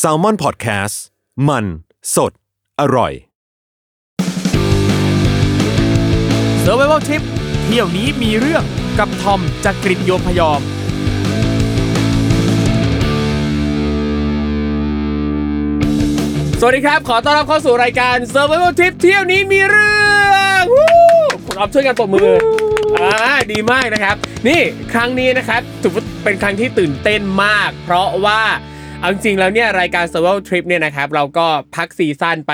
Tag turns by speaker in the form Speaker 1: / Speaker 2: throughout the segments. Speaker 1: s a l ม o n PODCAST มันสดอร่อย
Speaker 2: s u r v i v a l Trip เที่ยวนี้มีเรื่องกับทอมจากกรีฑโยมพยอม สวัสดีครับ ขอต้อนรับเข้าสู่รายการ s u r v i v a l Trip เที่ยวนี้มีเรื่องวู้คุณออฟช่วยกันปรบมืออ่าดีมากนะครับ นี่ครั้งนี้นะครับถือว่าเป็นครั้งที่ตื่นเต้นมาก เพราะว่าเอาจริงๆแล้วเนี่ยรายการ s u r v i v a l Trip เนี่ยนะครับเราก็พักซีซั่นไป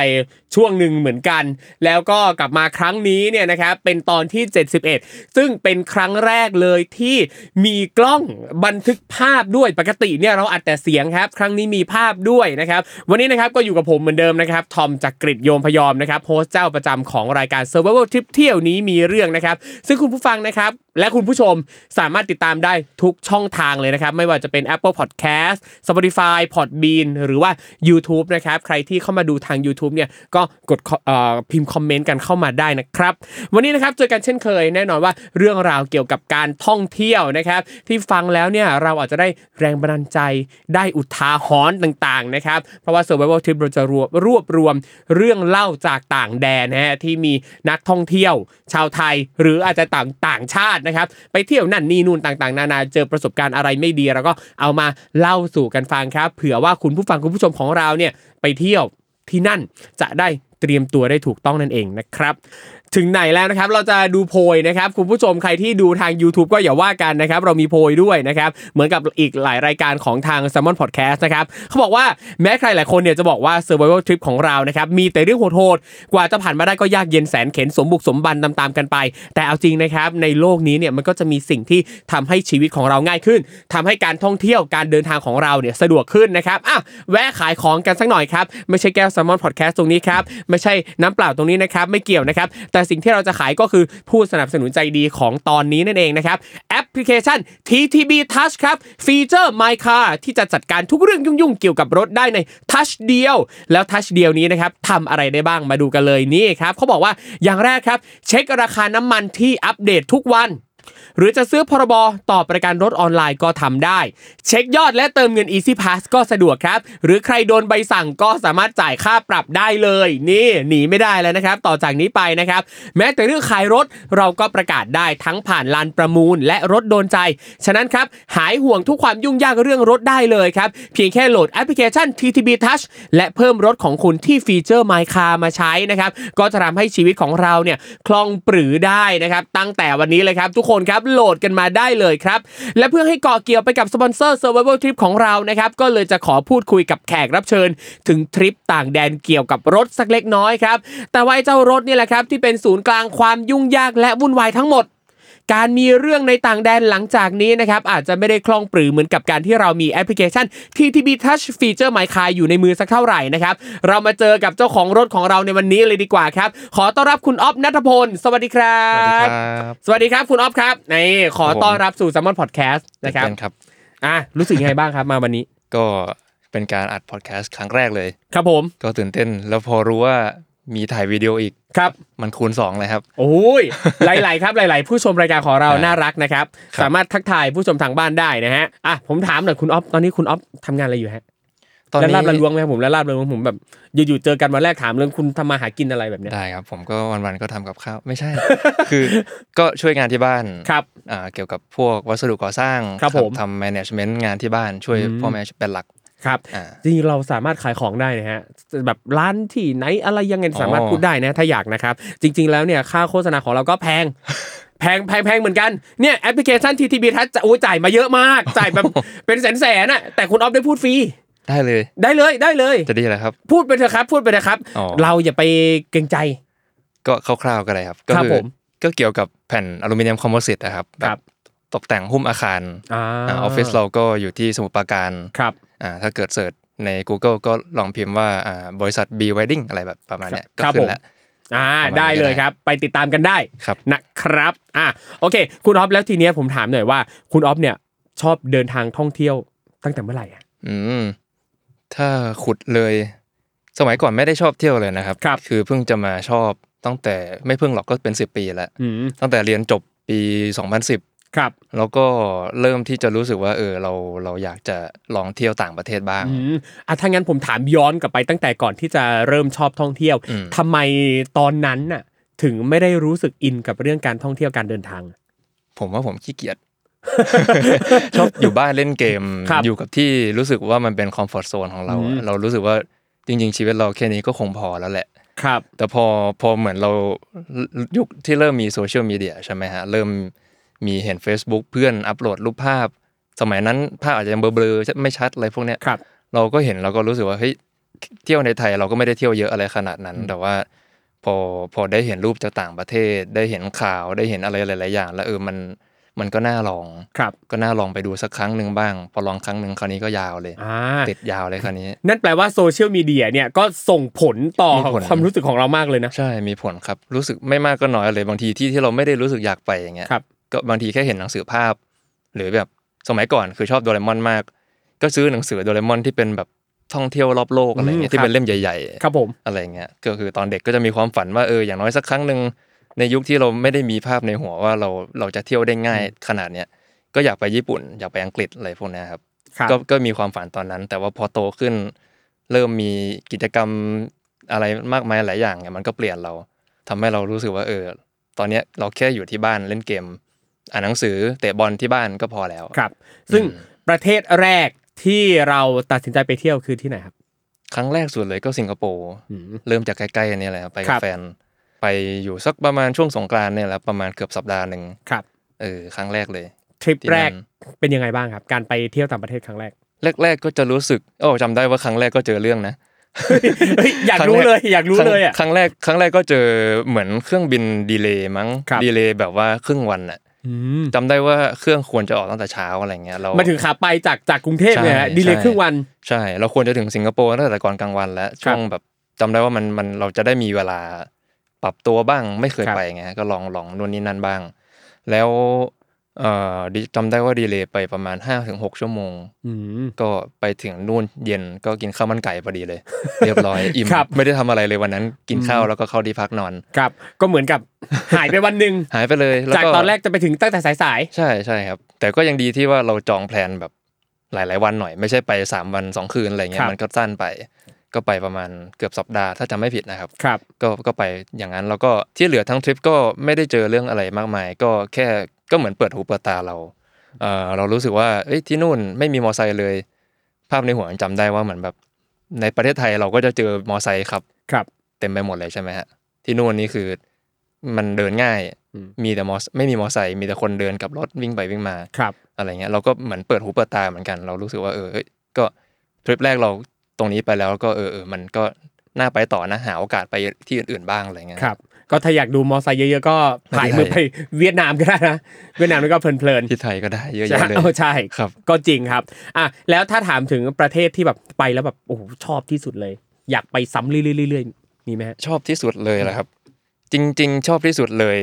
Speaker 2: ช่วงหนึ่งเหมือนกัน แล้วก็กลับมาครั้งนี้เนี่ยนะครับเป็นตอนที่ 71 ซึ่งเป็นครั้งแรกเลยที่มีกล้องบันทึกภาพด้วยปกติเนี่ยเราอัดแต่เสียงครับ ครั้งนี้มีภาพด้วยนะครับ วันนี้นะครับก็อยู่กับผมเหมือนเดิมนะครับทอมจากกริฑโยมพยอมนะครับโฮสต์เจ้าประจำของรายการ s u r v i v a l Trip เที่ยวนี้มีเรื่องนะครับ ซึ่งคุณผู้ฟังนะครับ และคุณผู้ชมสามารถติดตามได้ทุกช่องทางเลยนะครับ ไม่ว่าจะเป็น Apple Podcast Spotify Podbean หรือว่า YouTube นะครับ ใครที่เข้ามาดูทาง YouTube เนี่ยก็กดเอ่อพิมพ์คอมเมนต์กันเข้ามาได้นะครับ วันนี้นะครับเจอกันเช่นเคยแน่นอนว่าเรื่องราวเกี่ยวกับการท่องเที่ยวนะครับ ที่ฟังแล้วเนี่ยเราอาจจะได้แรงบันดาลใจได้อุทาหรณ์ต่างๆนะครับ เพราะว่า Survival Trip เราจะรวบรวบรวมเรื่องเล่าจากต่างแดนนะฮะที่มีนักท่องเที่ยว ชาวไทยหรืออาจจะต่างต่างชาตินะครับ ไปเที่ยวนั่นนี่นู่นต่างๆ นานาเจอประสบการณ์อะไรไม่ดีเราก็เอามาเล่าสู่กันฟังครับ เผื่อว่าคุณผู้ฟังคุณผู้ชมของเราเนี่ยไปเที่ยวที่นั่นจะได้เตรียมตัวได้ถูกต้องนั่นเองนะครับ ถึงไหนแล้วนะครับเราจะดูโพยนะครับคุณผู้ชมใครที่ดูทาง YouTube ก็อย่าว่ากันนะครับ เรามีโพยด้วยนะครับ เหมือนกับอีกหลายรายการของทาง s ซ l m o n Podcast นะครับเขาบอกว่าแม้ใครหลายคนเนี่ยจะบอกว่า Survival Trip ของเรานะครับมีแต่เรื่องโหดๆกว่าจะผ่านมาได้ก็ยากเย็นแสนเข็นสมบุกสมบันตามๆกันไป แต่เอาจริงนะครับในโลกนี้เนี่ยมันก็จะมีสิ่งที่ทำให้ชีวิตของเราง่ายขึ้นทำให้การท่องเที่ยวการเดินทางของเราเนี่ยสะดวกขึ้นนะครับอ่ะแวะขายของกันสักหน่อยครับไม่ใช่แก้ว s ซ l m o n Podcast ตรงนี้ครับไม่ใช่น้ำเปล่าตรงนี้นะครับไม่เกี่ยวนะครับ แต่สิ่งที่เราจะขายก็คือผู้สนับสนุนใจดีของตอนนี้นั่นเองนะครับแอปพลิเคชัน TTB Touch ครับฟีเจอร์ My Car ที่จะจัดการทุกเรื่องยุ่งๆ เกี่ยวกับรถได้ใน Touch เดียว แล้ว Touch เดียวนี้นะครับทำอะไรได้บ้างมาดูกันเลยนี่ครับเขาบอกว่าอย่างแรกครับ เช็คราคาน้ำมันที่อัปเดตทุกวัน หรือจะซื้อพรบต่อประกันรถออนไลน์ก็ทำได้ เช็คยอดและเติมเงิน Easy Pass ก็สะดวกครับ หรือใครโดนใบสั่งก็สามารถจ่ายค่าปรับได้เลย นี่หนีไม่ได้แล้วนะครับ ต่อจากนี้ไปนะครับ แม้แต่เรื่องขายรถเราก็ประกาศได้ทั้งผ่านลานประมูลและรถโดนใจ ฉะนั้นครับ หายห่วงทุกความยุ่งยากเรื่องรถได้เลยครับ เพียงแค่โหลดแอปพลิเคชัน TTB Touch และเพิ่มรถของคุณที่ฟีเจอร์ My Car มาใช้นะครับ ก็จะทำให้ชีวิตของเราเนี่ยคล่องปรือได้นะครับ ตั้งแต่วันนี้เลยครับ ทุกคนครับโหลดกันมาได้เลยครับ และเพื่อให้เกาะเกี่ยวไปกับสปอนเซอร์ Survival Trip ของเรานะครับ ก็เลยจะขอพูดคุยกับแขกรับเชิญ ถึงทริปต่างแดนเกี่ยวกับรถสักเล็กน้อยครับ แต่ว่าไอ้เจ้ารถนี่แหละครับ ที่เป็นศูนย์กลางความยุ่งยากและวุ่นวายทั้งหมด การมีเรื่องในต่างแดนหลังจากนี้นะครับ อาจจะไม่ได้คล่องปรือเหมือนกับการที่เรามีแอปพลิเคชัน TTB Touch Feature My Car อยู่ในมือสักเท่าไหร่นะครับ เรามาเจอกับเจ้าของรถของเราในวันนี้เลยดีกว่าครับ ขอต้อนรับคุณอ๊อฟนัทพล สวัสดีครับ
Speaker 3: สวัสดีครับ
Speaker 2: สวัสดีครับคุณอ๊อฟครับนี่ขอ
Speaker 3: ครับผม
Speaker 2: ต้อนรับสู่ s ซ l m o n Podcast นะครับ
Speaker 3: เป็นครับ
Speaker 2: อ่ะรู้สึกยังไงบ้างครับมาวันนี้
Speaker 3: ก็เป็นการอัดพอดแคสต์ครั้งแรกเลย
Speaker 2: ครับผม
Speaker 3: ก็ตื่นเต้น แล้วพอรู้ว่ามีถ่ายวิดีโออีก
Speaker 2: ครับ
Speaker 3: มันคูณ 2 เลยครับ
Speaker 2: โอ้ย หลาย ๆ ครับ หลาย ๆ ผู้ชมรายการของเราน่ารักนะครับ
Speaker 3: ครับ
Speaker 2: สามารถทักทายผู้ชมทางบ้านได้นะฮะ อ่ะ ผมถามหน่อยคุณอ๊อฟ ตอนนี้คุณอ๊อฟทำงานอะไรอยู่ฮะ
Speaker 3: ตอน
Speaker 2: แล้ว
Speaker 3: นี้
Speaker 2: ลาบละล้วงไหมครับผมแล้วลาบละล้วงผมแบบ อยู่ ๆ เจอกันวันแรกถามเรื่องคุณทำมาหากินอะไรแบบเนี้ย
Speaker 3: ได้ครับ ผมก็วันๆก็ทำกับข้าว ไม่ใช่ คือก็ช่วยงานที่บ้าน
Speaker 2: ครับ
Speaker 3: อ่าเกี่ยวกับพวกวัสดุก่อสร้าง
Speaker 2: ครับผม
Speaker 3: ทำแมネจเมนต์งานที่บ้านช่วย
Speaker 2: อืม
Speaker 3: พ่อแม่เป็นหลัก
Speaker 2: ครับ
Speaker 3: อ่า
Speaker 2: จริงๆเราสามารถขายของได้นะฮะ แบบร้านที่ไหนอะไรยังไง
Speaker 3: อ๋อ
Speaker 2: สามารถพูดได้นะ ถ้าอยากนะครับ จริง ๆ แล้วเนี่ยค่าโฆษณาของเราก็แพง แพงแพงแพงเหมือนกัน เนี่ยแอปพลิเคชัน TTB ทัชจะโอ้ยจ่ายมาเยอะมาก จ่ายแบบ เป็นแสนแสนๆอะแต่คุณออฟได้พูดฟรี
Speaker 3: ได้เลย
Speaker 2: ได้เลยได้เลย
Speaker 3: จะดีแล้วครับ
Speaker 2: พูดไปเถอะครับพูดไปเถอะครับ
Speaker 3: อ๋อ
Speaker 2: เราอย่าไปเกรงใจ
Speaker 3: ก็คร่าวๆก็ได้ครับ ก็
Speaker 2: ครับผม
Speaker 3: ก็เกี่ยวกับแผ่นอลูมิเนียมคอมโพสิตนะครับแ
Speaker 2: ครับ
Speaker 3: ตกแต่งหุ้มอาคาร
Speaker 2: อา
Speaker 3: อาออฟฟิศเราก็อยู่ที่สมุทรปราการ
Speaker 2: ครับ
Speaker 3: อ่าถ้าเกิดเสิร์ชใน Google ก็ลองพิมพ์ว่าอ่าบริษัท B Wedding อะไรแบบประมาณเนี้ยก็
Speaker 2: ครับ
Speaker 3: ขึ้
Speaker 2: ผ
Speaker 3: น
Speaker 2: ม
Speaker 3: แล้ว
Speaker 2: อ่า
Speaker 3: ประมาณนี้
Speaker 2: ได้เลย
Speaker 3: ก็ได้
Speaker 2: ครับ ไปติดตามกันได้
Speaker 3: ครับ
Speaker 2: นะครับอ่ะโอเค คุณออฟแล้วทีเนี้ยผมถามหน่อยว่า คุณออฟเนี่ยชอบเดินทางท่องเที่ยวตั้งแต่เมื่อไหร่อะ
Speaker 3: อืมถ้าขุดเลย สมัยก่อนไม่ได้ชอบเที่ยวเลยนะครับ
Speaker 2: ครับ
Speaker 3: คือเพิ่งจะมาชอบตั้งแต่ไม่เพิ่งหรอกก็เป็น 10 ปีแล้ว
Speaker 2: อืม
Speaker 3: ตั้งแต่เรียนจบปี 2010
Speaker 2: ครับ
Speaker 3: แล้วก็เริ่มที่จะรู้สึกว่าเออเราเราอยากจะลองเที่ยวต่างประเทศบ้าง
Speaker 2: อืมอ่ะถ้างั้นผมถามย้อนกลับไปตั้งแต่ก่อนที่จะเริ่มชอบท่องเที่ยว
Speaker 3: อืม
Speaker 2: ทำไมตอนนั้นน่ะ ถึงไม่ได้รู้สึกอินกับเรื่องการท่องเที่ยวการเดินทาง
Speaker 3: ผมว่าผมขี้เกียจ ชอบอยู่บ้านเล่นเกม
Speaker 2: ครับ
Speaker 3: อยู่กับที่รู้สึกว่ามันเป็นคอมฟอร์ทโซนของเราอะ
Speaker 2: อืม
Speaker 3: เรารู้สึกว่าจริง ๆ ชีวิตเราแค่นี้ก็คงพอแล้วแหละ
Speaker 2: ครับ
Speaker 3: แต่พอพอเหมือนเรายุคที่เริ่มมีโซเชียลมีเดียใช่ไหมฮะ เริ่มมีเห็น Facebook เพื่อนอัปโหลดรูปภาพ สมัยนั้นภาพอาจจะยังเบลอๆไม่ชัดอะไรพวกเนี้ย
Speaker 2: ครับ
Speaker 3: เราก็เห็นเราก็รู้สึกว่าเฮ้ยเที่ยวในไทยเราก็ไม่ได้เที่ยวเยอะอะไรขนาดนั้น แต่ว่าพอพอได้เห็นรูปจากต่างประเทศ ได้เห็นข่าวได้เห็นอะไรหลาย ๆ อย่าง แล้วเออมันมันก็น่าลอง
Speaker 2: ครับ
Speaker 3: ก็น่าลองไปดูสักครั้งหนึ่งบ้าง พอลองครั้งหนึ่งคราวนี้ก็ยาวเลย
Speaker 2: อ่า
Speaker 3: ติดยาวเลยคราวนี้
Speaker 2: นั่นแปลว่าโซเชียลมีเดียเนี่ยก็ส่งผลต่อ
Speaker 3: มีผล
Speaker 2: ความรู้สึกของเรามากเลยนะ
Speaker 3: ใช่ มีผลครับ รู้สึกไม่มากก็น้อยเลย บางทีที่ที่เราไม่ได้รู้สึกอยากไปอย่างเงี้ย
Speaker 2: ครับ
Speaker 3: ก็บางทีแค่เห็นหนังสือภาพ หรือแบบสมัยก่อนคือชอบโดเรมอนมาก ก็ซื้อหนังสือโดเรมอนที่เป็นแบบท่องเที่ยวรอบโลกอะไรเงี้
Speaker 2: อืม
Speaker 3: ยที่เป็
Speaker 2: ครั
Speaker 3: น
Speaker 2: บ
Speaker 3: เล่มใหญ่
Speaker 2: ครับผม
Speaker 3: ๆ อะไรเงี้ย ก็คือตอนเด็กก็จะมีความฝันว่าเอออย่างน้อยสักครั้งหนึ่งในยุคที่เราไม่ได้มีภาพในหัวว่าเราเราจะเที่ยวได้ง่ายขนาดเนี้ย ก็อยากไปญี่ปุ่น อยากไปอังกฤษอะไรพวกเนี้ยครับ
Speaker 2: ครับ
Speaker 3: ก็ก็มีความฝันตอนนั้น แต่ว่าพอโตขึ้น เริ่มมีกิจกรรมอะไรมากมายหลายอย่างเนี่ยมันก็เปลี่ยนเราทำให้เรารู้สึกว่าเออ ตอนเนี้ยเราแค่อยู่ที่บ้านเล่นเกม อ่านหนังสือเตะบอลที่บ้านก็พอแล้ว
Speaker 2: ครับ ซึ่ง
Speaker 3: อืม
Speaker 2: ประเทศแรกที่เราตัดสินใจไปเที่ยวคือที่ไหนครับ
Speaker 3: ครั้งแรกสุดเลยก็สิงคโปร์
Speaker 2: อืม
Speaker 3: เริ่มจากใกล้ๆอันนี่แหละครับไป
Speaker 2: ค
Speaker 3: กั
Speaker 2: รั
Speaker 3: บบ แฟน ไปอยู่สักประมาณช่วงสงกรานต์เนี่ยแหละประมาณเกือบสัปดาห์หนึ่ง
Speaker 2: ครับ
Speaker 3: เออครั้งแรกเลย
Speaker 2: ทริป
Speaker 3: ที่
Speaker 2: แรก
Speaker 3: นั่น
Speaker 2: เป็นยังไงบ้างครับ การไปเที่ยวต่างประเทศครั้งแรก
Speaker 3: แรก ๆ ก็จะรู้สึกโอ้จำได้ว่าครั้งแรกก็เจอเรื่องนะ
Speaker 2: เฮ้ยอยาก
Speaker 3: คง
Speaker 2: รู้
Speaker 3: แก
Speaker 2: เลยอยากรู้
Speaker 3: คง
Speaker 2: เลยอ่ะ
Speaker 3: ครั้งแรกครั้งแรกก็เจอเหมือนเครื่องบินดีเลย์มั้ง
Speaker 2: ครับ
Speaker 3: ดีเลย์แบบว่าครึ่งวันน่ะ
Speaker 2: อืม
Speaker 3: จำได้ว่าเครื่องควรจะออกตั้งแต่เช้าอะไรเงี้ยเรา
Speaker 2: มาถึงขาไปจากจากกรุงเทพเนี่ยฮะ
Speaker 3: ใช่
Speaker 2: ดีเลย
Speaker 3: ใช่
Speaker 2: ครึ่งวัน
Speaker 3: ใช่ เราควรจะถึงสิงคโปร์ตั้งแต่ก่อนกลางวันแล้วช่วงแบบจำได้ว่ามันมันเราจะได้มีเวลาปรับตัวบ้างไม่เคย
Speaker 2: ครับ
Speaker 3: ไปไงก็ลองลองนู่นนี่นั่นบ้าง แล้วเอ่อดิจำได้ว่าดีเลย์ไปประมาณ5้าถึงหชั่วโมง
Speaker 2: อืม
Speaker 3: ก็ไปถึงนู่นเย็นก็กินข้าวมันไก่พอดีเลย เรียบร้อยอิ่ม
Speaker 2: ครับ
Speaker 3: ไม่ได้ทำอะไรเลยวันนั้นกินข้าวแล้วก็เข้าที่พักนอน
Speaker 2: ครับ ก็เหมือนกับ หายไปวันหนึ่ง
Speaker 3: หายไปเลยแล้ว
Speaker 2: จากตอนแรกจะไปถึงตั้งแต่สาย
Speaker 3: ใช่ใช่ครับ แต่ก็ยังดีที่ว่าเราจองแพลนแบบหลาย ๆ วันหน่อย ไม่ใช่ไป 3 วัน 2 คืนอะไรเงี้
Speaker 2: ครั
Speaker 3: ย
Speaker 2: บ
Speaker 3: มันก็สั้นไป ก็ไปประมาณเกือบสัปดาห์ถ้าจำไม่ผิดนะครับ
Speaker 2: ๆ ครับ
Speaker 3: ก็ก็ไปอย่างนั้นแล้วก็ที่เหลือทั้งทริปก็ไม่ได้เจอเรื่องอะไรมากมาย ก็แค่ก็เหมือนเปิดหูเปิดตาเราเออเรารู้สึกว่าเอ้ยที่นู่นไม่มีมอไซค์เลย ภาพในหัวยังจำได้ว่าเหมือนแบบ ในประเทศไทยเราก็จะเจอมอไซค์ขับ
Speaker 2: ครับ
Speaker 3: เต็มไปหมดเลยใช่ไหมฮะที่นู่นนี่คือมันเดินง่าย
Speaker 2: อืม
Speaker 3: มีแต่มอสไม่มีมอไซค์มีแต่คนเดินกับรถวิ่งไปวิ่งมา
Speaker 2: ครับ
Speaker 3: อะไรเงี้ยเราก็เหมือนเปิดหูเปิดตาเหมือนกัน เรารู้สึกว่าเออเอ้ยก็ทริปแรกเราตรงนี้ไปแล้วก็เออเออมันก็น่าไปต่อนะหาโอกาสไปที่อื่นๆบ้างอะไรเงี้ย
Speaker 2: ครับ ก็ถ้าอยากดูมอไซค์เยอะๆ ก็
Speaker 3: ไม่
Speaker 2: ผ่าย
Speaker 3: เป็น
Speaker 2: มือ
Speaker 3: ไร
Speaker 2: ไปเวียดนามก็ได้นะ เวียดนามนี่ก็เพลิน
Speaker 3: ที่ไทยก็ได้เยอะ
Speaker 2: ๆใช่
Speaker 3: แยะเลย
Speaker 2: โอ้ใช่
Speaker 3: ครับ
Speaker 2: ก็จริงครับ อ่ะ แล้วถ้าถามถึงประเทศที่แบบไปแล้วแบบโอ้โหชอบที่สุดเลย อยากไปซ้ำเรื่อยๆๆมีไหมฮะ
Speaker 3: ชอบที่สุดเลยแหละครับ จริง ๆ ชอบที่สุดเลย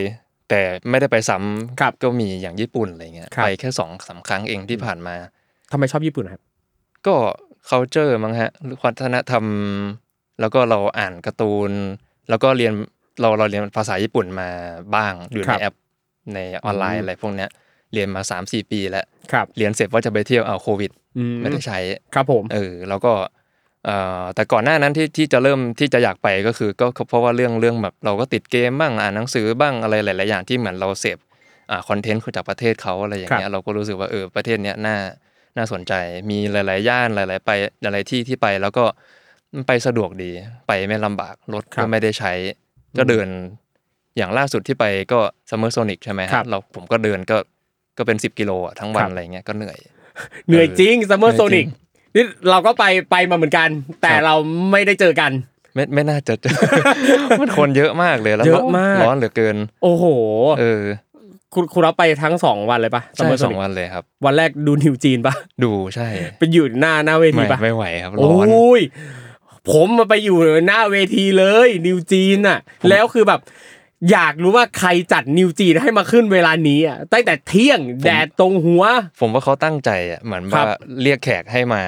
Speaker 3: แต่ไม่ได้ไปซ้
Speaker 2: ครับ
Speaker 3: ำก็มีอย่างญี่ปุ่นอะไรเงี้ย
Speaker 2: ครับ
Speaker 3: ไปแค่สองสามครั้งเองที่ผ่านมา
Speaker 2: ทำไมชอบญี่ปุ่นครับ
Speaker 3: ก็ culture มั้งฮะหรือวัฒนธรรม แล้วก็เราอ่านการ์ตูน แล้วก็เรียนเราเราเรียนภาษาญี่ปุ่นมาบ้าง อยู่
Speaker 2: ครั
Speaker 3: ใน
Speaker 2: บ
Speaker 3: แอป ในออนไลน์อะไรพวกเนี้ยเรียนมา 3-4 ปีแล้ว
Speaker 2: ครับ
Speaker 3: เรียนเสร็จว่าจะไปเที่ยวเอาโควิด
Speaker 2: อืม
Speaker 3: ไม่ได้ใช้
Speaker 2: ครับผม
Speaker 3: เออแล้วก็เอ่อแต่ก่อนหน้านั้นที่ที่จะเริ่มที่จะอยากไปก็คือก็ก็เพราะว่าเรื่องเรื่องแบบเราก็ติดเกมบ้างอ่านหนังสือบ้างอะไรหลาย ๆ อย่างที่เหมือนเราเสพอ่าคอนเทนต์จากประเทศเขาอะไรอย่างเงี้ยเราก็รู้สึกว่าเออประเทศเนี้ยน่าน่าสนใจมีหลาย ๆ ย่านหลาย ๆ ไปหลาย ๆ ที่ที่ไปแล้วก็มันไปสะดวกดีไปไม่ลำบากรถ
Speaker 2: ครั
Speaker 3: ก็
Speaker 2: บ
Speaker 3: ไม่ได้ใช้ ก็เดินอย่างล่าสุดที่ไปก็ซัมเมอร์โซนิกใช่ไหมฮะ
Speaker 2: ครับ
Speaker 3: เราผมก็เดินก็ก็เป็น 10กิโลอะทั้งวั
Speaker 2: คน รับ
Speaker 3: อะไรเงี้ยก็เหนื่อย
Speaker 2: เหนื่อยจริงซัมเมอร์
Speaker 3: เห
Speaker 2: โซ
Speaker 3: นื่อยจริ
Speaker 2: นิก
Speaker 3: ง
Speaker 2: นี่เราก็ไปไปมาเหมือนกัน แต่
Speaker 3: ครับ
Speaker 2: เราไม่ได้เจอกัน
Speaker 3: ไม่ไม่น่าจะเจอ มันคนเยอะมากเลยแล้ว
Speaker 2: เยอะมาก
Speaker 3: ร้อนเหลือเกิน
Speaker 2: โอ้โห
Speaker 3: เออ
Speaker 2: คุณคุณรับไปทั้งสองวันเลยปะซัม
Speaker 3: ใช่
Speaker 2: เมอร์โซ
Speaker 3: สอง
Speaker 2: นิก
Speaker 3: วันเลยครับ
Speaker 2: วันแรกดูนิวจีนปะ
Speaker 3: ดูใช่
Speaker 2: ไปอยู่หน้าหน้าเวที
Speaker 3: ไม่
Speaker 2: ปะ
Speaker 3: ไม่ไหวครับ
Speaker 2: โอ
Speaker 3: ร้อน้
Speaker 2: ยผมมาไปอยู่หน้าเวทีเลยนิวจีนอ่ะ แล้วคือแบบ อยากรู้ว่าใครจัดนิวจีนให้มาขึ้นเวลานี้อ่ะตั้งแต่เที่ยงแดดตรงหัว
Speaker 3: ผมว่าเขาตั้งใจอ่ะเหมือน
Speaker 2: ครั
Speaker 3: ว่า
Speaker 2: บ
Speaker 3: เรียกแขกให้มา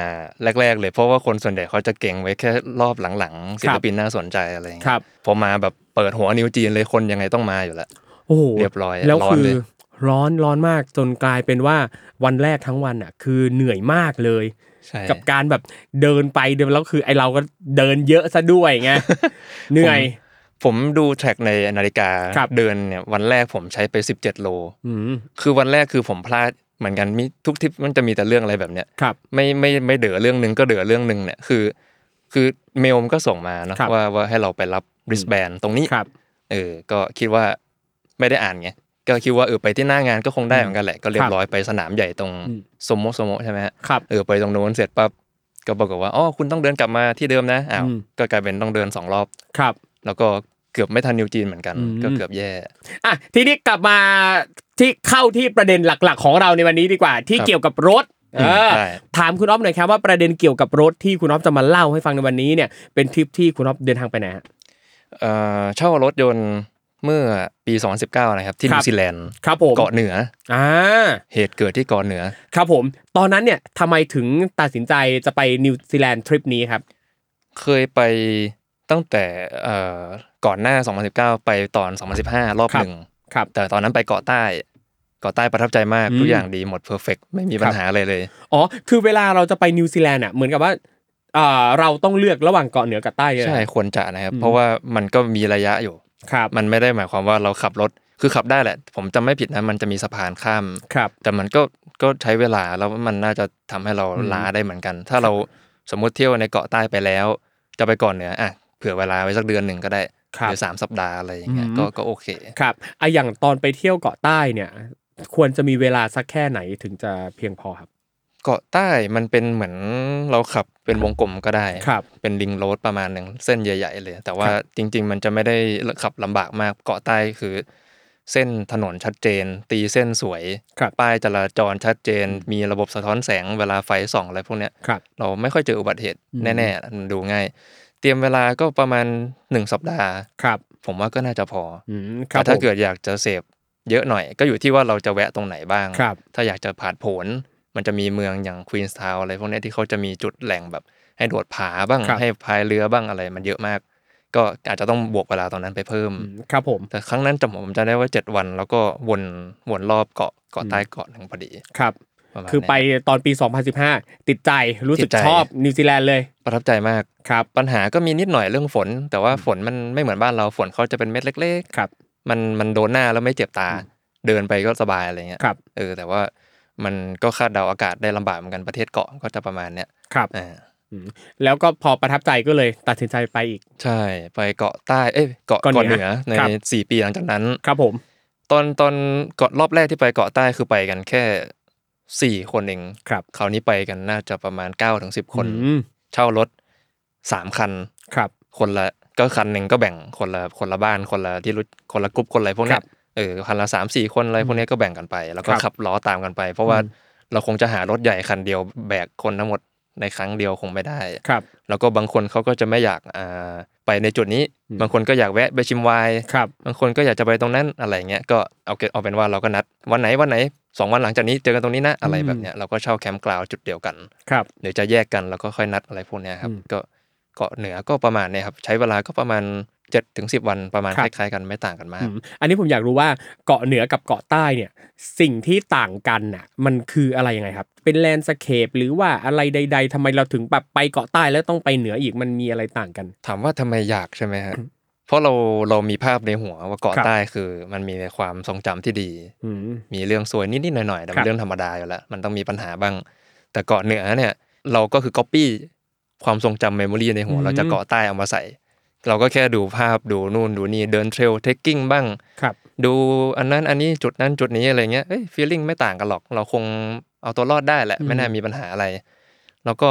Speaker 3: แรก ๆ เลยเพราะว่าคนส่วนใหญ่เขาจะเก่งไว้แค่รอบหลังๆศิลปินน่าสนใจอะไรอย่าง
Speaker 2: ค
Speaker 3: เงี้
Speaker 2: รั
Speaker 3: ย
Speaker 2: บ
Speaker 3: พอมาแบบเปิดหัวนิวจีนเลยคนยังไงต้องมาอยู่แล้ว
Speaker 2: โอ้โห
Speaker 3: เรียบร้อย
Speaker 2: แล้ว
Speaker 3: ร้อน
Speaker 2: คือ
Speaker 3: เลย
Speaker 2: ร้อนร้อนมากจนกลายเป็นว่าวันแรกทั้งวันอ่ะ คือเหนื่อยมากเลย
Speaker 3: ใช่
Speaker 2: กับการแบบเดินไปเดินแล้วคือไอเราก็เดินเยอะซะด้วยไง เหนื่อย
Speaker 3: ผมดูแทร็กในนาฬิกา
Speaker 2: ครับ
Speaker 3: เดินเนี่ยวันแรกผมใช้ไป 17 โล
Speaker 2: อืม
Speaker 3: คือวันแรกคือผมพลาดเหมือนกันมีทุกทริปมันจะมีแต่เรื่องอะไรแบบเนี้ย
Speaker 2: ครับ
Speaker 3: ไม่ไม่ไม่เดือเรื่องหนึ่งก็เดือเรื่องหนึ่งเนี่ยคือ คือเมลมันก็ส่งมาเนอะ
Speaker 2: ครับ
Speaker 3: ว่าว่าให้เราไปรับ wristband ตรงนี้
Speaker 2: ครับ
Speaker 3: เออก็คิดว่าไม่ได้อ่านไงก็คิดว่าเออไปที่หน้างานก็คงได้เหมือนกันแหละก็เรีย
Speaker 2: ครับ บ
Speaker 3: ร้อยไปสนามใหญ่ตรง
Speaker 2: อืม
Speaker 3: สมโมสมโมใช่ไหมฮะ
Speaker 2: ครับ
Speaker 3: เออไปตรงโน้นเสร็จปั๊บก็บอกกับว่าอ๋อคุณต้องเดินกลับมาที่เดิมนะอ้าว
Speaker 2: อืม
Speaker 3: ก็กลายเป็นต้องเดินสองรอบ
Speaker 2: ครับ
Speaker 3: แล้วก็เกือบไม่ทันนิวจีนเหมือนกัน
Speaker 2: อืม
Speaker 3: ก็เกือบแย่
Speaker 2: อ่ะทีนี้กลับมาที่เข้าที่ประเด็นหลัก ๆ ของเราในวันนี้ดีกว่า ที่
Speaker 3: ครับ
Speaker 2: เกี่ยวกับรถ
Speaker 3: อืม
Speaker 2: เออ
Speaker 3: ได้
Speaker 2: ถามคุณอ๊อฟหน่อยครับว่าประเด็นเกี่ยวกับรถที่คุณอ๊อฟจะมาเล่าให้ฟังในวันนี้เนี่ยเป็นทริปที่คุณอ๊อฟเดินทางไปไหนฮะ
Speaker 3: เอ่อเช่ารถยนต์เมื่อปี 2019 นะครับที่
Speaker 2: ครับ
Speaker 3: นิวซีแลนด์
Speaker 2: ครับผม
Speaker 3: เกาะเหนือ
Speaker 2: อ่า
Speaker 3: เหตุเกิดที่เกาะเหนือ
Speaker 2: ครับผม ตอนนั้นเนี่ยทำไมถึงตัดสินใจจะไปนิวซีแลนด์ทริปนี้ครับ
Speaker 3: เคยไปตั้งแต่เอ่อก่อนหน้า 2019 ไปตอน 2015 รอบ
Speaker 2: ครับ
Speaker 3: หนึ่ง
Speaker 2: ครับ
Speaker 3: แต่ตอนนั้นไปเกาะใต้เกาะใต้ประทับใจมาก
Speaker 2: อืม
Speaker 3: ทุกอย่างดีหมดเพอร์เฟกไม่มีปัญหาอะไรเลย
Speaker 2: อ๋อคือเวลาเราจะไปนิวซีแลนด์อ่ะเหมือนกับว่าอ่าเราต้องเลือกระหว่างเกาะเหนือกับใต้เลย
Speaker 3: ใช่
Speaker 2: นะ
Speaker 3: ควรจะนะครับ
Speaker 2: อืม
Speaker 3: เพราะว่ามันก็มีระยะอยู่
Speaker 2: ครับ
Speaker 3: มันไม่ได้หมายความว่าเราขับรถคือขับได้แหละ ผมจำไม่ผิดนะมันจะมีสะพานข้าม
Speaker 2: ครับ
Speaker 3: แต่มันก็ก็ใช้เวลาแล้วมันน่าจะทำให้เรา
Speaker 2: อืม
Speaker 3: ล้าได้เหมือนกัน ถ้าเราสมมติเที่ยวในเกาะใต้ไปแล้ว จะไปเก่อนเหนืออ่ะเผื่อเวลาไว้สักเดือนหนึ่งก็ได้
Speaker 2: ค
Speaker 3: ห
Speaker 2: รับ
Speaker 3: รือสามสัปดาห์อะไรอย่างเงี้ย
Speaker 2: อืม
Speaker 3: ก็ก็โอเค
Speaker 2: ครับไอะอย่างตอนไปเที่ยวเกาะใต้เนี่ย ควรจะมีเวลาสักแค่ไหนถึงจะเพียงพอครับ
Speaker 3: เกาะใต้มันเป็นเหมือนเราขับเป็นวงกลมก็ได้
Speaker 2: ครับ
Speaker 3: เป็นริงโรดประมาณหนึ่งเส้นใหญ่ ๆ เลย แต่ว่าจริง ๆ มันจะไม่ได้ขับลำบากมากเกาะใต้คือ เส้นถนนชัดเจน ตีเส้นสวย
Speaker 2: ครับ
Speaker 3: ป้ายจราจรชัดเจน มีระบบสะท้อนแสงเวลาไฟส่องอะไรพวกเนี้ย
Speaker 2: ครับ
Speaker 3: เราไม่ค่อยเจออุบัติเหตุ
Speaker 2: อืม
Speaker 3: แน่ๆมันดูง่าย เตรียมเวลาก็ประมาณ 1 สัปดาห์
Speaker 2: ครับ
Speaker 3: ผมว่าก็น่าจะพอ
Speaker 2: อืมครับ
Speaker 3: แต่ถ้า
Speaker 2: ผม
Speaker 3: เกิดอยากจะเสพเยอะหน่อย ก็อยู่ที่ว่าเราจะแวะตรงไหนบ้าง
Speaker 2: ครับ
Speaker 3: ถ้าอยากจะผ่านผล มันจะมีเมืองอย่างควีนส์ทาวอะไรพวกเนี้ยที่เขาจะมีจุดแหล่งแบบ ให้โดดผาบ้าง
Speaker 2: ครับ
Speaker 3: ให้พายเรือบ้างอะไรมันเยอะมาก ก็อาจจะต้องบวกเวลาตอนนั้นไปเพิ่ม
Speaker 2: อืมครับผม
Speaker 3: แต่ครั้งนั้นจำผมจำได้ว่า 7 วัน แล้วก็วนวนรอบเกาะเกาะใต้เกาะหนึ่งพอดี
Speaker 2: ครับ
Speaker 3: ประมาณ
Speaker 2: คือไป
Speaker 3: เนี้ย
Speaker 2: ตอนปี 2015 ติดใจรู้สึ
Speaker 3: ติ
Speaker 2: ก
Speaker 3: ดใจ
Speaker 2: ชอบนิวซีแลนด์เลย
Speaker 3: ประทับใจมาก
Speaker 2: ครับ
Speaker 3: ปัญหาก็มีนิดหน่อยเรื่องฝน แต่ว่าฝนมันไม่เหมือนบ้านเราฝนเขาจะเป็นเม็ดเล็ก
Speaker 2: ครับ
Speaker 3: ๆ มันมันโดนหน้าแล้วไม่เจ็บตา เดินไปก็สบายอะไรเงี้ย
Speaker 2: ครับ
Speaker 3: เออแต่ว่ามันก็คาดเดาอากาศได้ลำบากเหมือนกันประเทศเกาะก็จะประมาณเนี้ย
Speaker 2: ครับ
Speaker 3: อ่า
Speaker 2: แล้วก็พอประทับใจก็เลยตัดสินใจไปอีก
Speaker 3: ใช่ไปเกาะใต้เอ้ยเกาะ
Speaker 2: เกาะ
Speaker 3: เกาะ
Speaker 2: เห
Speaker 3: เห
Speaker 2: นื
Speaker 3: นื
Speaker 2: อ
Speaker 3: อใน
Speaker 2: ครับ
Speaker 3: สี่ปีหลังจากนั้น
Speaker 2: ครับผม
Speaker 3: ตอนตอนเกาะรอบแรกที่ไปเกาะใต้คือไปกันแค่สี่คนเอง
Speaker 2: ครับ
Speaker 3: คราวนี้ไปกันน่าจะประมาณ9ก้าถึงสิบคน
Speaker 2: อืม
Speaker 3: เช่ารถสามคัน
Speaker 2: ครับ
Speaker 3: คนละก็คันหนึ่งก็แบ่งคนละคนละบ้านคนละที่รู้คนละกลุ่มคนอะไรพวกเนี้
Speaker 2: ครั
Speaker 3: ย
Speaker 2: บ
Speaker 3: เออคันละสามสี่คนอะไรพวกเนี้ยก็แบ่งกันไป แล้วก็
Speaker 2: ครับ
Speaker 3: ขับล้อตามกันไป เพราะว่า
Speaker 2: อืม
Speaker 3: เราคงจะหารถใหญ่คันเดียวแบกคนทั้งหมดในครั้งเดียวคงไม่ได้
Speaker 2: ครับ
Speaker 3: แล้วก็บางคนเขาก็จะไม่อยากอ่าไปในจุดนี้
Speaker 2: อืม
Speaker 3: บางคนก็อยากแวะไปชิมไวน์
Speaker 2: ครับ
Speaker 3: บางคนก็อยากจะไปตรงนั้นอะไรเงี้ยก็เอาเกเอาเป็นว่าเราก็นัดวันไหนวันไหนสองวันหลังจากนี้เจอกันตรงนี้นะอะไรแบบเนี้ยเราก็เช่าแคมป์กลาวจุดเดียวกัน
Speaker 2: ครับ
Speaker 3: เดี๋ยวจะแยกกันแล้วก็ค่อยนัดอะไรพวกเนี้ยครับ
Speaker 2: อืม
Speaker 3: ก็เกาะเหนือก็ประมาณเนี้ยครับใช้เวลาก็ประมาณ7จ็ถึงสิวันประมาณ
Speaker 2: ครั
Speaker 3: ค
Speaker 2: บ
Speaker 3: ล้ายๆกันไม่ต่างกันมาก
Speaker 2: อืมอันนี้ผมอยากรู้ว่าเกาะเหนือกับเกาะใต้เนี่ย สิ่งที่ต่างกันน่ะ มันคืออะไรยังไงครับ เป็นแลนด์สเคปหรือว่าอะไรใด ๆทำไมเราถึงแบบไปเกาะใต้แล้วต้องไปเหนืออีกมันมีอะไรต่างกัน
Speaker 3: ถามว่าทำไมอยากใช่ไหมฮะเพราะเราเรามีภาพในหัวว่าเกาะ
Speaker 2: ครับ
Speaker 3: ใต้คือมันมีในความทรงจำที่ดี
Speaker 2: อืม
Speaker 3: มีเรื่องซวยนิดๆหน่อยๆแต่
Speaker 2: ครั
Speaker 3: เป็น
Speaker 2: บ
Speaker 3: เรื่องธรรมดาอยู่แล้ว มันต้องมีปัญหาบ้าง แต่เกาะเหนือเนี่ย เราก็คือก๊อปปี้ความทรงจำเมมโมรีในหัวเราจะเกาะใต้เอามาใส่ เราก็แค่ดูภาพดูนู่นดูนี่เดินเทรลเทคกิ้งบ้าง
Speaker 2: ครับ
Speaker 3: ดูอันนั้นอันนี้จุดนั้นจุดนี้อะไรเงี้ยเอ้ยฟีลลิ่งไม่ต่างกันหรอก เราคงเอาตัวรอดได้แหละ
Speaker 2: อืม
Speaker 3: ไม่น่ามีปัญหาอะไร แล้วก็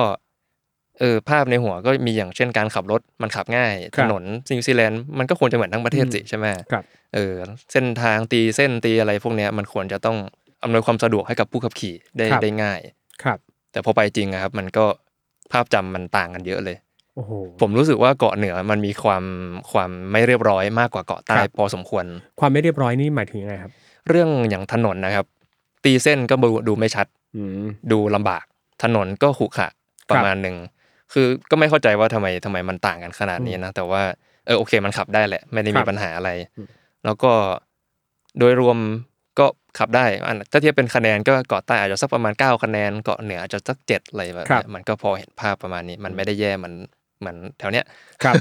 Speaker 3: เออภาพในหัวก็มีอย่างเช่นการขับรถมันขับง่าย ถนนนิวซีแลนด์มันก็ควรจะเหมือนทั้งประเทศสิใช่ไหม
Speaker 2: ครับ
Speaker 3: เออเส้นทางตีเส้นตีอะไรพวกเนี้ยมันควรจะต้องอำนวยความสะดวกให้กับผู้ขับขี่ได้
Speaker 2: ครับ
Speaker 3: ได้ง่าย
Speaker 2: ครับ
Speaker 3: แต่พอไปจริงอะครับ มันก็ภาพจำมันต่างกันเยอะเลย
Speaker 2: โอ้โห
Speaker 3: ผมรู้สึกว่าเกาะเหนือมันมีความความไม่เรียบร้อยมากกว่าเกาะใต้
Speaker 2: ครับ
Speaker 3: พอสมควร
Speaker 2: ความไม่เรียบร้อยนี่หมายถึงยังไงครับ
Speaker 3: เรื่องอย่างถนนนะครับ ตีเส้นก็ดูดูไม่ชัด
Speaker 2: อืม
Speaker 3: ดูลำบาก ถนนก็ขรุขระประมาณหนึ่งคือก็ไม่เข้าใจว่าทำไมทำไมมันต่างกันขนาดนี้นะ แต่ว่าเออโอเคมันขับได้แหละ ไม่ได้
Speaker 2: ครั
Speaker 3: มี
Speaker 2: บ
Speaker 3: ปัญหาอะไร
Speaker 2: อืม
Speaker 3: แล้วก็โดยรวมก็ ขับได้อันถ้าเทียบเป็นคะแนนก็เกาะใต้อาจจะสักประมาณ 9 คะแนนเกาะเหนืออาจจะสักเจ็ดอะไรแบบ
Speaker 2: ครับ
Speaker 3: เนี้ยมันก็พอเห็นภาพประมาณนี้มันไม่ได้แย่มันเหมือนแถวเนี้ย
Speaker 2: ครับ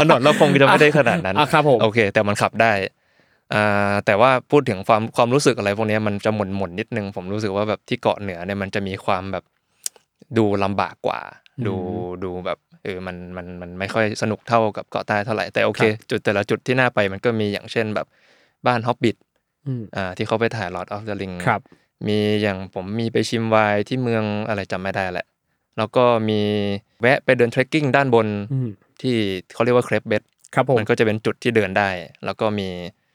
Speaker 3: ถนนเราคงจะไม่ได้ขนาดนั้น
Speaker 2: อ่ะครับผม
Speaker 3: โอเค แต่มันขับได้อ่าแต่ว่าพูดถึงความความรู้สึกอะไรพวกเนี้ยมันจะหม่นหม่นๆนิดนึง ผมรู้สึกว่าแบบที่เกาะเหนือเนี่ยมันจะมีความแบบดูลำบากกว่า ดูดูแบบเออมันมันมันไม่ค่อยสนุกเท่ากับเกาะใต้เท่าไหร่แต่โอเค จุดแต่ละจุดที่น่าไปมันก็มีอย่างเช่นแบบบ้านฮอบบิท
Speaker 2: อืม
Speaker 3: อ่าที่เขาไปถ่าย Lord of the Ring
Speaker 2: ครับ
Speaker 3: มีอย่างผมมีไปชิมไวน์ที่เมืองอะไรจำไม่ได้แหละ แล้วก็มีแวะไปเดินเทรคกิ้งด้านบน
Speaker 2: อืม
Speaker 3: ที่เขาเรียกว่าเครปเบด
Speaker 2: ครับผม
Speaker 3: มันก็จะเป็นจุดที่เดินได้ แล้วก็มี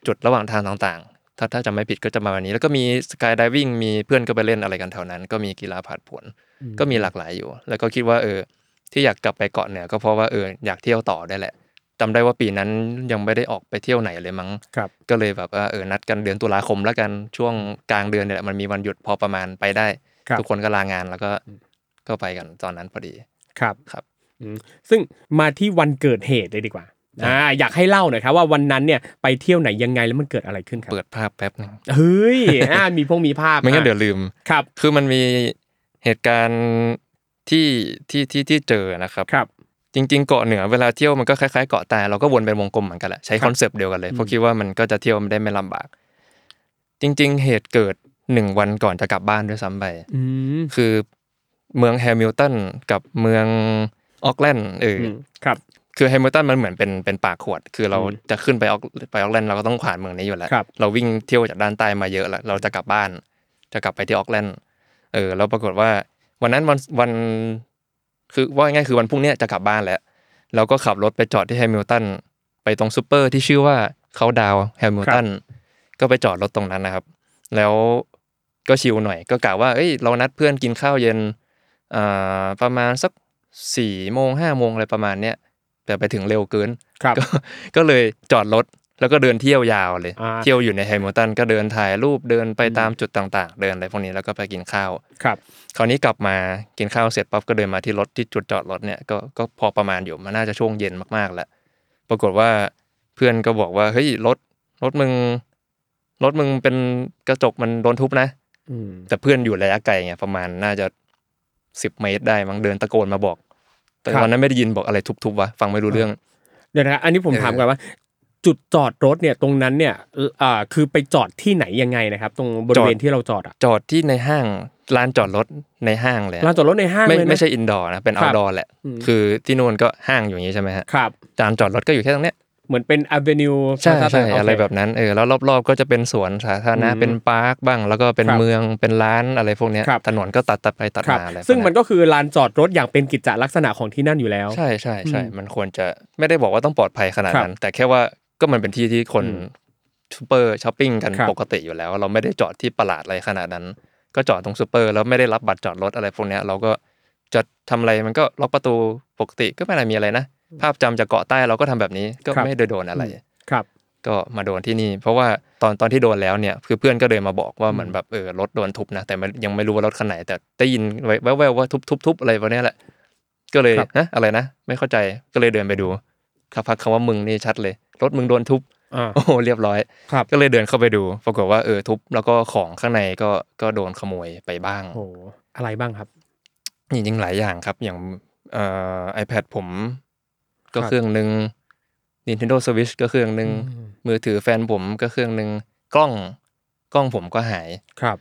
Speaker 3: จุดระหว่างทางต่างๆ ถ้าถ้าจำไม่ผิดก็จะประมาณนี้ แล้วก็มีสกายดิวิ่งมีเพื่อนก็ไปเล่นอะไรกันแถวนั้น ก็มีกีฬาผาดผล
Speaker 2: อืม
Speaker 3: ก็มีหลากหลายอยู่ แล้วก็คิดว่าเออ ที่อยากกลับไปเกาะเหนือก็เพราะว่าเอออยากเที่ยวต่อได้แหละจำได้ว่าปีนั้นยังไม่ได้ออกไปเที่ยวไหนเลยมั้ง
Speaker 2: ครับ
Speaker 3: ก็เลยแบบว่าเออนัดกันเดือนตุลาคมแล้วกันช่วงกลางเดือนเนี่ยแหละมันมีวันหยุดพอประมาณไปได้
Speaker 2: ครับ
Speaker 3: ทุกคนก็ลางานแล้วก็ก็ไปกันตอนนั้นพอดี
Speaker 2: ครับ
Speaker 3: ครับ
Speaker 2: อืมซึ่งมาที่วันเกิดเหตุเลยดีกว่าอ่าอยากให้เล่าหน่อยครับว่าวันนั้นเนี่ยไปเที่ยวไหนยังไงแล้วมันเกิดอะไรขึ้นครับ
Speaker 3: เปิดภาพแป๊บนึง
Speaker 2: เฮ้ยอ่ามีพงมีภาพ
Speaker 3: ไม่งั้นเดี๋ยว
Speaker 2: อ่ะ
Speaker 3: ลืม
Speaker 2: ครับ
Speaker 3: คือมันมีเหตุการณ์ที่ที่ที่ที่เจอนะครับ
Speaker 2: ครับ
Speaker 3: จริง ๆ เกาะเหนือเวลาเที่ยวมันก็คล้ายๆเกาะใต้เราก็วนเป็นวงกลมเหมือนกันแหละใช้คอนเซปต์เดียวกันเลยเพราะคิดว่ามันก็จะเที่ยวไม่ได้ไม่ลำบาก จริง ๆ เหตุเกิดหนึ่งวันก่อนจะกลับบ้านด้วยซ้ำไป
Speaker 2: อืม
Speaker 3: คือเมืองแฮมิลตันกับเมืองออกแลนด์เอออ
Speaker 2: ครับ
Speaker 3: คือแฮมิลตันมันเหมือนเป็นเป็นปากขวด คือเรา
Speaker 2: อืม
Speaker 3: จะขึ้นไปออกไปออกแลนด์เราก็ต้องผ่านเมืองนี้อยู่แล้ว
Speaker 2: ครับ
Speaker 3: เราวิ่งเที่ยวจากด้านใต้มาเยอะแล้ว เราจะกลับบ้าน จะกลับไปที่ออกแลนด์ เออ แล้วปรากฏว่า วันนั้นวันวัน คือว่าง่ายๆคือวันพรุ่งเนี้ยจะกลับบ้านแล้ว เราก็ขับรถไปจอดที่แฮมิลตัน ไปตรงซูเปอร์ที่ชื่อว่าเขาดาวแฮมิลตัน ก็ไปจอดรถตรงนั้นนะครับ แล้วก็ชิลหน่อย ก็กะว่า เอ้ย เรานัดเพื่อนกินข้าวเย็นอ่าประมาณสักสี่โมงห้าโมงอะไรประมาณเนี้ย แต่ไปถึงเร็วเกิน
Speaker 2: ครับ
Speaker 3: ก็ ก็เลยจอดรถแล้วก็เดินเที่ยวยาวเลย
Speaker 2: อ่า
Speaker 3: เที่ยวอยู่ในแฮมิลตันก็เดินถ่ายรูปเดินไปตามจุดต่างๆ เดินอะไรพวกนี้แล้วก็ไปกินข้าว
Speaker 2: ครับ
Speaker 3: คราวนี้กลับมากินข้าวเสร็จปั๊บก็เดินมาที่รถที่จุดจอดรถเนี่ยก็ก็พอประมาณอยู่มันน่าจะช่วงเย็นมากๆแล้วปรากฏว่าเพื่อนก็บอกว่าเฮ้ยรถรถมึงรถมึงเป็นกระจกมันโดนทุบนะ
Speaker 2: อืม
Speaker 3: แต่เพื่อนอยู่ระยะไกลไงประมาณน่าจะสิบเมตรได้มั้งเดินตะโกนมาบอก แต่
Speaker 2: ครับ
Speaker 3: วันนั้นไม่ได้ยินบอกอะไรทุบๆวะฟังไม่รู้เรื่อง
Speaker 2: เดี๋ยวนะครับอันนี้ผม
Speaker 3: เออ
Speaker 2: ถามก่อนว่า จุดจอดรถเนี่ยตรงนั้นเนี่ยเอ่ออ่าคือไปจอดที่ไหนยังไงนะครับ ตรงบริเวณที่เราจอดอ่ะ
Speaker 3: จอดที่ในห้างร้านจอดรถในห้างเลยอะ
Speaker 2: ลานจอดรถในห้าง
Speaker 3: ไม่
Speaker 2: เลยนะ
Speaker 3: ไม่ใช่อินดอร์นะ เป็น
Speaker 2: ครั
Speaker 3: เอา
Speaker 2: บ
Speaker 3: ดอร์แหละ
Speaker 2: อืม
Speaker 3: คือที่นู่นก็ห้างอยู่อย่างนี้ใช่ไหมฮะ
Speaker 2: ครับ
Speaker 3: จานจอดรถก็อยู่แค่ตรงเนี้ย
Speaker 2: เหมือนเป็น Avenue
Speaker 3: ใช่
Speaker 2: Plaza
Speaker 3: ใช่
Speaker 2: โเค
Speaker 3: อะไรแบบนั้นเออแล้วรอบๆ ก็จะเป็นสวนสาธารณะ
Speaker 2: อืม
Speaker 3: เป็นปาร์คบ้าง แล้วก็เป็น
Speaker 2: ครับ
Speaker 3: เมืองเป็นร้านอะไรพวกเนี้ย
Speaker 2: ครับ
Speaker 3: ถนนก็ตัดตัดไปตัด
Speaker 2: ครับ
Speaker 3: มาอะไร
Speaker 2: ซึ่งมัน
Speaker 3: พว
Speaker 2: ก็คือลานจอดรถอย่างเป็นกิจจลักษณะของที่นั่นอยู่แล้ว
Speaker 3: เยใช่ใช่ใช่
Speaker 2: อืม
Speaker 3: มันควรจะไม่ได้บอกว่าต้องปลอดภัยขนาด
Speaker 2: ครับ
Speaker 3: นั้น แต่แค่ว่าก็มันเป็นที่ที่คน
Speaker 2: อืม
Speaker 3: ซูเปอร์ช้อปปิ้งกัน
Speaker 2: ครับ
Speaker 3: ปกติอยู่แล้ว เราไม่ได้จอดที่ประหลาดอะไรขนาดนั้น ก็จอดตรงซูเปอร์แล้วไม่ได้รับบัตรจอดรถอะไรพวกเนี้ยเราก็จะทำอะไรมันก็ล็อกประตูปกติก็ไม่ได้มีอะไรนะ ภาพจำจากเกาะใต้เราก็ทำแบบนี้ก็
Speaker 2: ครับ
Speaker 3: ไม่ได้โดนอะไร
Speaker 2: ครับ
Speaker 3: ก็มาโดนที่นี่ เพราะว่าตอนตอนที่โดนแล้วเนี่ยคือเพื่อนก็เดินมาบอกว่าเหมือนแบบเออรถโดนทุบนะแต่มันยังไม่รู้ว่ารถคันไหน แต่ได้ยินไว้แว่วๆว่าทุบทุบทุบอะไรประมาณเนี้ยแหละก็เลย
Speaker 2: ครับ
Speaker 3: นะอะไรนะไม่เข้าใจก็เลยเดินไปดูครับพักคำว่ามึงนี่ชัดเลย รถมึงโดนทุบ
Speaker 2: อ่า
Speaker 3: โอ้โหเรียบร้อย
Speaker 2: ครับ
Speaker 3: ก็เลยเดินเข้าไปดู ปรากฏว่าเออทุบแล้วก็ของข้างในก็ก็โดนขโมยไปบ้าง
Speaker 2: โอ้โหอะไรบ้างครับ
Speaker 3: จริงๆหลายอย่างครับ อย่างเอ่อ iPad ผมก็
Speaker 2: ครับ
Speaker 3: เครื่องหนึ่ง Nintendo Switch ก็เครื่องหนึ่ง
Speaker 2: อืม
Speaker 3: มือถือแฟนผมก็เครื่องหนึ่งกล้องกล้องผมก็หาย
Speaker 2: ครับ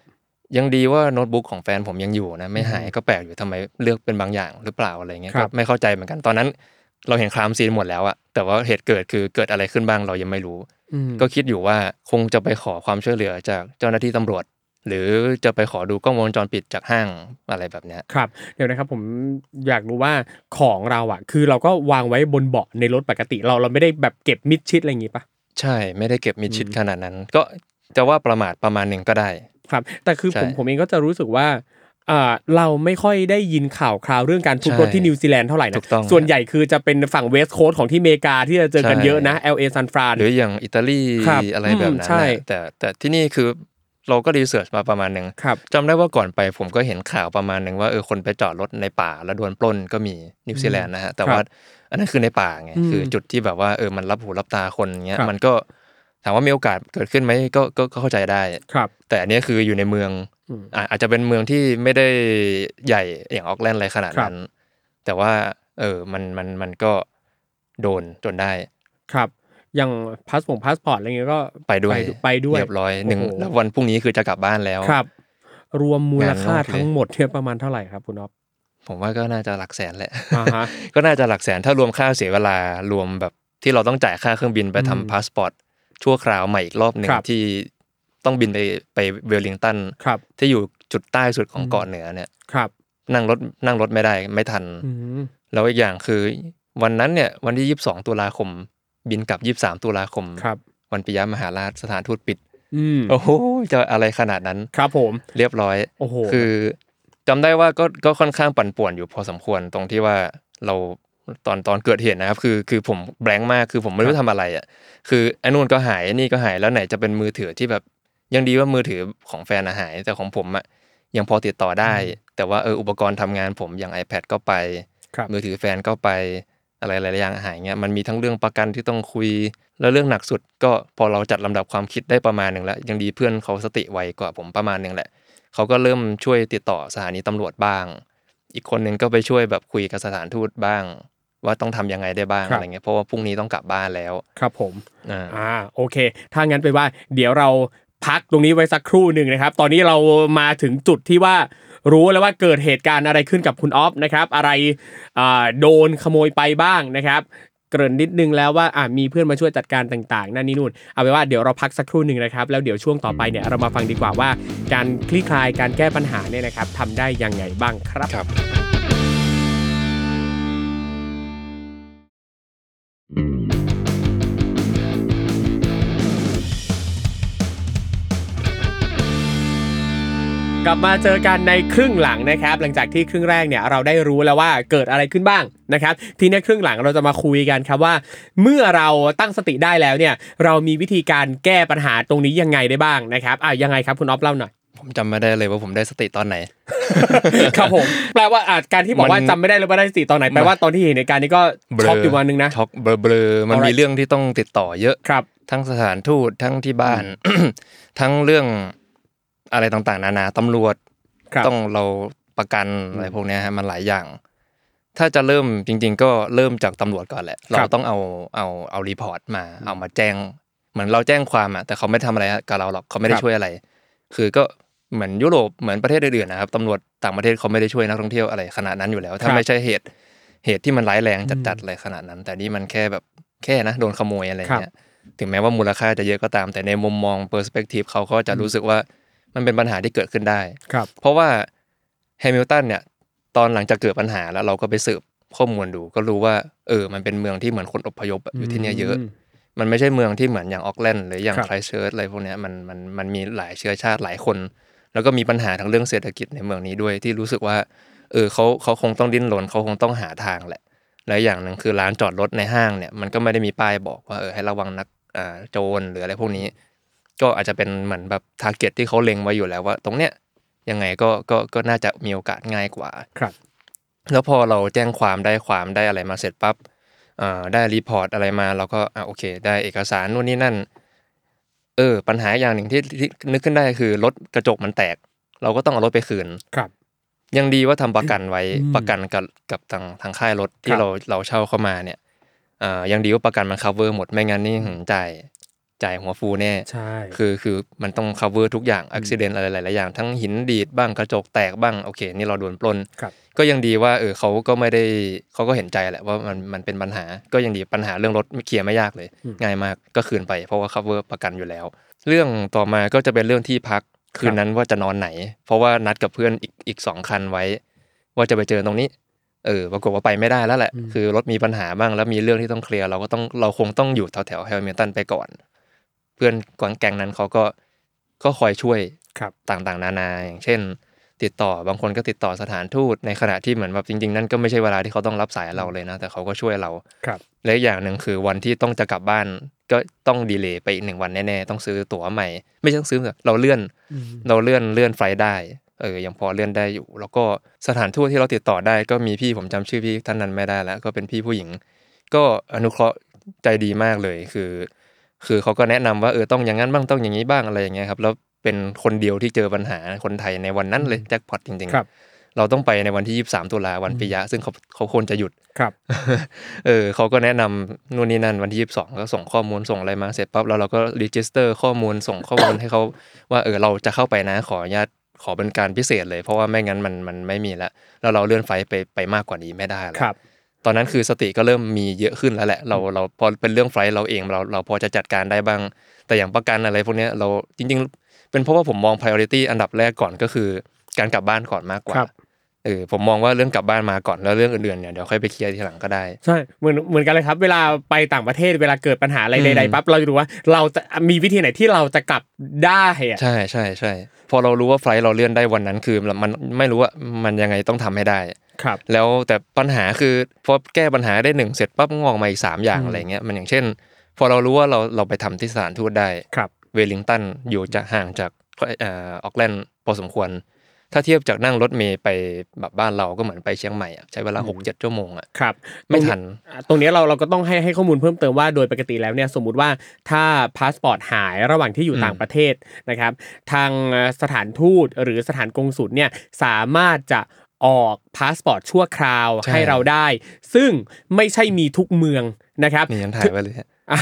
Speaker 3: ยังดีว่าโน้ตบุ๊กของแฟนผมยังอยู่นะ ไม่หาย
Speaker 2: อืม
Speaker 3: ก็แปลกอยู่ทำไมเลือกเป็นบางอย่างหรือเปล่าอะไรเงี้ย
Speaker 2: ครั
Speaker 3: ก็
Speaker 2: บ
Speaker 3: ไม่เข้าใจเหมือนกันตอนนั้น เราเห็นครามซีนหมดแล้วอะแต่ว่าเหตุเกิดคือเกิดอะไรขึ้นบ้างเรายังไม่รู้
Speaker 2: อืม
Speaker 3: ก็คิดอยู่ว่าคงจะไปขอความช่วยเหลือจากเจ้าหน้าที่ตำรวจ หรือจะไปขอดูกล้องวงจรปิดจากห้างอะไรแบบเนี้ย
Speaker 2: ครับ เดี๋ยวนะครับผมอยากรู้ว่าของเราอ่ะ คือเราก็วางไว้บนเบาะในรถปกติเราเราไม่ได้แบบเก็บมิดชิดอะไรอย่างงี้ปะ
Speaker 3: ใช่ไม่ได้เก็บมิดชิด
Speaker 2: อืม
Speaker 3: ขนาดนั้น ก็จะว่าประมาทประมาณหนึ่งก็ได้
Speaker 2: ครับ แต่คือ
Speaker 3: ใช่
Speaker 2: ผมผมเองก็จะรู้สึกว่าอ่าเราไม่ค่อยได้ยินข่าวคราวเรื่องการทุบรถ
Speaker 3: ใช่
Speaker 2: ที่นิวซีแลนด์เท่าไหร่นะ
Speaker 3: ถูกต้อง
Speaker 2: ส่วนใหญ่คือจะเป็นฝั่งเวสต์โคสต์ของที่อเมริกาที่จะเจอกัน
Speaker 3: ใช่
Speaker 2: เยอะนะ LA ซันฟราน
Speaker 3: หรืออย่างอิตาลี
Speaker 2: ครับ
Speaker 3: อะไรแบ
Speaker 2: อื
Speaker 3: บ
Speaker 2: ม
Speaker 3: นั้น
Speaker 2: ใช่
Speaker 3: น่ะแต่แต่ที่นี่คือเราก็รีเสิร์ชมาประมาณหนึ่ง
Speaker 2: ครับ
Speaker 3: จำได้ว่าก่อนไปผมก็เห็นข่าวประมาณหนึ่งว่าเออคนไปจอดรถในป่าแล้วโดนปล้นก็มีนิวซีแลนด์นะฮะแต่
Speaker 2: ครับ
Speaker 3: ว่าอันนั้นคือในป่าไง
Speaker 2: อืม
Speaker 3: คือจุดที่แบบว่าเออมันรับหูรับตาคนเงี้ย
Speaker 2: ครับ
Speaker 3: มันก็ ถามว่ามีโอกาสเกิดขึ้นไหมก็ก็ก็เข้าใจได้
Speaker 2: ครับ
Speaker 3: แต่อันเนี้ยคืออยู่ในเมือง
Speaker 2: อืม
Speaker 3: อ่ะอาจจะเป็นเมืองที่ไม่ได้ใหญ่อย่างออกแลนด์อะไรขนาดนั้น แต่ว่า เออมันมันมันก็โดนจนได้
Speaker 2: ครับอย่างพาสปงพาสปอร์ตอะไรเงี้ยก็
Speaker 3: ไปด้วย
Speaker 2: ไปด้วย
Speaker 3: เรียบร้อยหนึ่ง
Speaker 2: โอ้โห
Speaker 3: แล้ววันพรุ่งนี้คือจะกลับบ้านแล้ว
Speaker 2: ครับ รวมมูลค่า
Speaker 3: โอเค
Speaker 2: ทั้งหมดเนี่ยประมาณเท่าไหร่ครับคุณอ๊อฟ
Speaker 3: ผมว่าก็น่าจะหลักแสนแหละ
Speaker 2: อ่าฮะ
Speaker 3: ก็น่าจะหลักแสนถ้ารวมค่าเสียเวลารวมแบบที่เราต้องจ่ายค่าเครื่องบินไป
Speaker 2: อืม
Speaker 3: ทำพาสปอร์ตชั่วคราวใหม่อีกรอบหนึ่ง
Speaker 2: ครับ
Speaker 3: ที่ต้องบินไปไปเวลลิงตัน
Speaker 2: ครับ
Speaker 3: ที่อยู่จุดใต้สุดของ
Speaker 2: อืม
Speaker 3: เกาะเหนือเนี่ย
Speaker 2: ครับ
Speaker 3: นั่งรถนั่งรถไม่ได้ไม่ทัน
Speaker 2: อืม
Speaker 3: แล้วอีกอย่างคือวันนั้นเนี่ยวันที่ 22 ตุลาคม บินกลับ 23 ตุลาคม
Speaker 2: ครับ
Speaker 3: วันปิยมหาราชสถานทูตปิด
Speaker 2: อืม
Speaker 3: โอ้โหจะอะไรขนาดนั้น
Speaker 2: ครับผม
Speaker 3: เรียบร้อย
Speaker 2: โอ้โห
Speaker 3: คือจำได้ว่าก็ก็ค่อนข้างปั่นป่วนอยู่พอสมควรตรงที่ว่าเราตอนตอนเกิดเหตุนะครับ คือคือผมแบงค์มากคือผมไม่รู้ทำอะไรอ่ะคือไอ้นู่นก็หายไอ้นี่ก็หายแล้วไหนจะเป็นมือถือที่แบบยังดีว่ามือถือของแฟนอะหาย แต่ของผมอ่ะยังพอติดต่อได้ แต่ว่าเอออุปกรณ์ทำงานผมอย่าง iPad ก็ไป
Speaker 2: ครับ
Speaker 3: มือถือแฟนก็ไปอะไรหลายๆอย่างหายเงี้ยมันมีทั้งเรื่องประกันที่ต้องคุย แล้วเรื่องหนักสุดก็พอเราจัดลำดับความคิดได้ประมาณหนึ่งแล้ว ยังดีเพื่อนเขาสติไวกว่าผมประมาณหนึ่งแหละ เขาก็เริ่มช่วยติดต่อสถานีตำรวจบ้าง อีกคนหนึ่งก็ไปช่วยแบบคุยกับสถานทูตบ้าง ว่าต้องทำยังไงได้บ้าง
Speaker 2: ครับ
Speaker 3: อะไรเงี้ยเพราะว่าพรุ่งนี้ต้องกลับบ้านแล้ว
Speaker 2: ครับผม
Speaker 3: อ่า
Speaker 2: อ่าโอเค ถ้างั้นไปนว่า เดี๋ยวเราพักตรงนี้ไว้สักครู่หนึ่งนะครับ ตอนนี้เรามาถึงจุดที่ว่ารู้แล้วว่าเกิดเหตุการณ์อะไรขึ้นกับคุณออฟนะครับ อะไรอ่าโดนขโมยไปบ้างนะครับ เกริ่นนิดนึงแล้วว่าอ่ามีเพื่อนมาช่วยจัดการต่างๆ นั่นนี่นู่นเอาไปนว่าเดี๋ยวเราพักสักครู่หนึ่งนะครับ แล้วเดี๋ยวช่วงต่อไปเนี่ยเรามาฟังดีกว่าว่า การคลี่คลายการแก้ปัญหาเนี่ยนะครับทำได้ยังไงบ้างครับ
Speaker 3: ครับ
Speaker 2: กลับมาเจอกันในครึ่งหลังนะครับ หลังจากที่ครึ่งแรกเนี่ยเราได้รู้แล้วว่าเกิดอะไรขึ้นบ้างนะครับ ทีนี้ครึ่งหลังเราจะมาคุยกันครับว่า เมื่อเราตั้งสติได้แล้วเนี่ยเรามีวิธีการแก้ปัญหาตรงนี้ยังไงได้บ้างนะครับอ่ะยังไงครับคุณอ๊อฟเล่า หน่อย
Speaker 3: ผมจำไม่ได้เลยว่าผมได้สติตอนไหน
Speaker 2: ครับผมแปลว่าอาจการที่บอกว่า
Speaker 3: มัน
Speaker 2: จำไม่ได้หรือว่าได้สติตอนไหนแปลว่าตอนที่เห็นในการณ์นี้ก็
Speaker 3: เบล
Speaker 2: ช็อกอยู่วันหนึงนะ
Speaker 3: ช็อกเบลอเบลอมัน
Speaker 2: Alright
Speaker 3: มีเรื่องที่ต้องติดต่อเยอะ
Speaker 2: ครับ
Speaker 3: ทั้งสถานทูตทั้งที่บ้าน ทั้งเรื่องอะไรต่างๆ นานาตำรวจ
Speaker 2: ครับ
Speaker 3: ต้องเราประกันอะไรพวกเนี้ยฮะมันหลายอย่าง ถ้าจะเริ่มจริง ๆ ก็เริ่มจากตำรวจก่อนแหละ
Speaker 2: ค
Speaker 3: เรา
Speaker 2: รับ
Speaker 3: ต้องเอาเอาเอารีพอร์ตมา เอามาแจ้ง เหมือนเราแจ้งความอะแต่เขาไม่ทำอะไรกับเราหรอกเขาไม่ได้ช่วยอะไร คือก็เหมือนยุโรปเหมือนประเทศอื่นๆนะครับตำรวจต่างประเทศเขาไม่ได้ช่วยนักท่องเที่ยวอะไรขนาดนั้นอยู่แล้ว
Speaker 2: ค
Speaker 3: ถ้า
Speaker 2: รับ
Speaker 3: ไม่ใช่เหตุเหตุที่มันร้ายแรงจัด
Speaker 2: อืม
Speaker 3: ๆเลยขนาดนั้น แต่นี่มันแค่แบบแค่นะโดนขโมยอะไร
Speaker 2: ครับ
Speaker 3: เงี้ยถึงแม้ว่ามูลค่าจะเยอะก็ตาม แต่ในมุมมองเปอร์สเปกทีฟเขาก็จะรู้สึกว่ามันเป็นปัญหาที่เกิดขึ้นได้
Speaker 2: ครับ
Speaker 3: เพราะว่าแฮมิลตันเนี่ยตอนหลังจากเกิดปัญหาแล้วเราก็ไปสืบข้อมูลดู ก็รู้ว่าเออมันเป็นเมืองที่เหมือนคนอพยพอะอยู่ที่เนี่ยเยอะ มันไม่ใช่เมืองที่เหมือนอย่างออกแลนด์หรืออย่าง
Speaker 2: ครับ
Speaker 3: ไครเชิร์ตอะไรพวกเนี้ยมันมันมันมีหลายเชื้อชาติหลายคน แล้วก็มีปัญหาทางเรื่องเศรษฐกิจในเมืองนี้ด้วยที่รู้สึกว่า เออเขาเขาคงต้องดิ้นรนเขาคงต้องหาทางแหละ และอย่างหนึ่งคือร้านจอดรถในห้างเนี่ยมันก็ไม่ได้มีป้ายบอกว่าเออให้ระวังนักอ่าโจรหรืออะไรพวกนี้ ก็อาจจะเป็นเหมือนแบบทาร์เก็ตที่เขาเล็งไว้อยู่แล้วว่า ตรงเนี้ยยังไงก็ก็ก็น่าจะมีโอกาสง่ายกว่า
Speaker 2: ครับ
Speaker 3: แล้วพอเราแจ้งความได้ความได้อะไรมาเสร็จปั๊บเอ่อได้รีพอร์ตอะไรมาเราก็อ่ะโอเค ได้เอกสารนู่นนี่นั่น เออ ปัญหาอย่างหนึ่งที่ที่นึกขึ้นได้คือรถกระจกมันแตก เราก็ต้องเอารถไปคืน
Speaker 2: ครับ
Speaker 3: ยังดีว่าทำประกันไว้
Speaker 2: อืม
Speaker 3: ประกันกับกับทางทางค่ายรถ
Speaker 2: ครั
Speaker 3: ที่
Speaker 2: บ
Speaker 3: เราเราเช่าเข้ามาเนี่ยเอ่อยังดีว่าประกันมัน cover หมดไม่งั้นนี่หึจ่ายจ่ายหัวฟูแน่
Speaker 2: ใช่
Speaker 3: คือคือมันต้อง cover ทุกอย่างอุบิเหตุอะไรหลายๆอย่าง ทั้งหินดีดบ้างกระจกแตกบ้างโอเค นี่เราโดนปล้น
Speaker 2: ครับ
Speaker 3: ก็ยังดีว่าเออเขาก็ไม่ได้เขาก็เห็นใจแหละว่ามันมันเป็นปัญหา ก็ยังดีปัญหาเรื่องรถเคลียร์ไม่ยากเลย
Speaker 2: อืม
Speaker 3: ง่ายมากก็คืนไปเพราะว่า cover ประกันอยู่แล้ว เรื่องต่อมาก็จะเป็นเรื่องที่พักคืนนั้นว่าจะนอนไหน เพราะว่านัดกับเพื่อนอีกอีกสองคันไว้ ว่าจะไปเจอตรงนี้ เออปรากฏว่าไปไม่ได้แล้วแหละ
Speaker 2: อืม
Speaker 3: คือรถมีปัญหาบ้างแล้วมีเรื่องที่ต้องเคลียร์เราก็ต้องเราคงต้องอยู่แถวแถวแฮมิลตันไปก่อน เพื่อนกวางแกงนั้นเขาก็ก็คอยช่วย
Speaker 2: ครับ
Speaker 3: ต่างๆ นานาอย่างเช่น ติดต่อบางคนก็ติดต่อสถานทูตในขณะที่เหมือนแบบจริงๆ นั่นก็ไม่ใช่เวลาที่เขาต้องรับสายเราเลยนะ แต่เขาก็ช่วยเรา
Speaker 2: ครับ
Speaker 3: และอีกอย่างหนึ่งคือวันที่ต้องจะกลับบ้านก็ต้องดีเลย์ไปอีกหนึ่งวันแน่ๆ ต้องซื้อตั๋วใหม่ ไม่ใช่ต้องซื้อตั๋วเราเลื่อน เราเลื่อนเลื่อนไฟล์ได้ เออ ยังพอเลื่อนได้อยู่ แล้วก็สถานทูตที่เราติดต่อได้ก็มีพี่ผมจำชื่อพี่ท่านนั้นไม่ได้แล้ว ก็เป็นพี่ผู้หญิง ก็อนุเคราะห์ใจดีมากเลย คือ คือเขาก็แนะนำว่าเออต้องอย่างนั้นบ้างต้องอย่างนี้บ้างอะไรอย่างเงี้ยครับแล้วเป็นคนเดียวที่เจอปัญหาคนไทยในวันนั้นเลยแจ็คพอตจริง
Speaker 2: ครับ
Speaker 3: ๆ เราต้องไปในวันที่ 23 ตุลาวันปิยะ ซึ่งเขาเขาควรจะหยุด
Speaker 2: ครับ
Speaker 3: เออเขาก็แนะนำนู่นนี่นั่นวันที่ 22 ก็ส่งข้อมูลส่งอะไรมาเสร็จปั๊บแล้วเราก็รีจิสเตอร์ข้อมูลส่งข้อมูล ให้เขาว่าเออเราจะเข้าไปนะขออนุญาตขอเป็นการพิเศษเลย เพราะว่าไม่งั้นมันมันไม่มีละแล้วเราเลื่อนไฟล์ไปไปมากกว่านี้ไม่ได้ละ
Speaker 2: ครับ
Speaker 3: ตอนนั้นคือสติก็เริ่มมีเยอะขึ้นแล้วแหละ เราเราพอเป็นเรื่องไฟล์เราเองเราเราพอจะจัดการได้บ้าง แต่อย่างประกันอะไรพวกเนี้ยเราจริง ๆ เป็นเพราะว่าผมมอง priority อันดับแรกก่อนก็คือ การกลับบ้านก่อนมากกว่า
Speaker 2: ครับ
Speaker 3: เออผมมองว่าเรื่องกลับบ้านมาก่อนแล้วเรื่องอื่นๆเนี่ยเดี๋ยวค่อยไปเคลียร์ทีหลังก็ได้
Speaker 2: ใช่เหมือนเหมือนกันเลยครับ เวลาไปต่างประเทศเวลาเกิดปัญหาอะไรใด
Speaker 3: อืม
Speaker 2: ๆปั๊บเราจะดูว่าเราจะมีวิธีไหนที่เราจะกลับได้อะ
Speaker 3: ใช่ใช่ใช่พอเรารู้ว่าไฟล์เราเลื่อนได้วันนั้นคือมันไม่รู้ว่ามันยังไงต้องทำให้ได้
Speaker 2: ครับ
Speaker 3: แล้วแต่ปัญหาคือพอแก้ปัญหาได้หนึ่งเสร็จปั๊บงอกมาอีกสามอย่างอะไรเงี้ยมันอย่างเช่น พอเรารู้ว่าเราเราไปทำที่สถานทูตได้
Speaker 2: ครับ
Speaker 3: เวลลิงตันอยู่จะห่างจากเอ่อออกแลนด์พอสมควร ถ้าเทียบจากนั่งรถเมล์ไปแบบบ้านเราก็เหมือนไปเชียงใหม่อะใช้เวลาหกเจ็ดชั่วโมงอ่ะ
Speaker 2: ครับ
Speaker 3: ไม่ทัน
Speaker 2: ตรงนี้เราเราก็ต้องให้ให้ข้อมูลเพิ่มเติมว่าโดยปกติแล้วเนี่ยสมมุติว่าถ้าพาสปอร์ตหายระหว่างที่อยู่
Speaker 3: อืม
Speaker 2: ต่างประเทศนะครับ ทางเอ่อสถานทูตหรือสถานกงสุลเนี่ยสามารถจะออกพาสปอร์ตชั่วคราวให้เราได้ ซึ่งไม่ใช่มีทุกเมืองนะครับ
Speaker 3: นี่ยังถ่ายไว้เลยฮะ
Speaker 2: อ่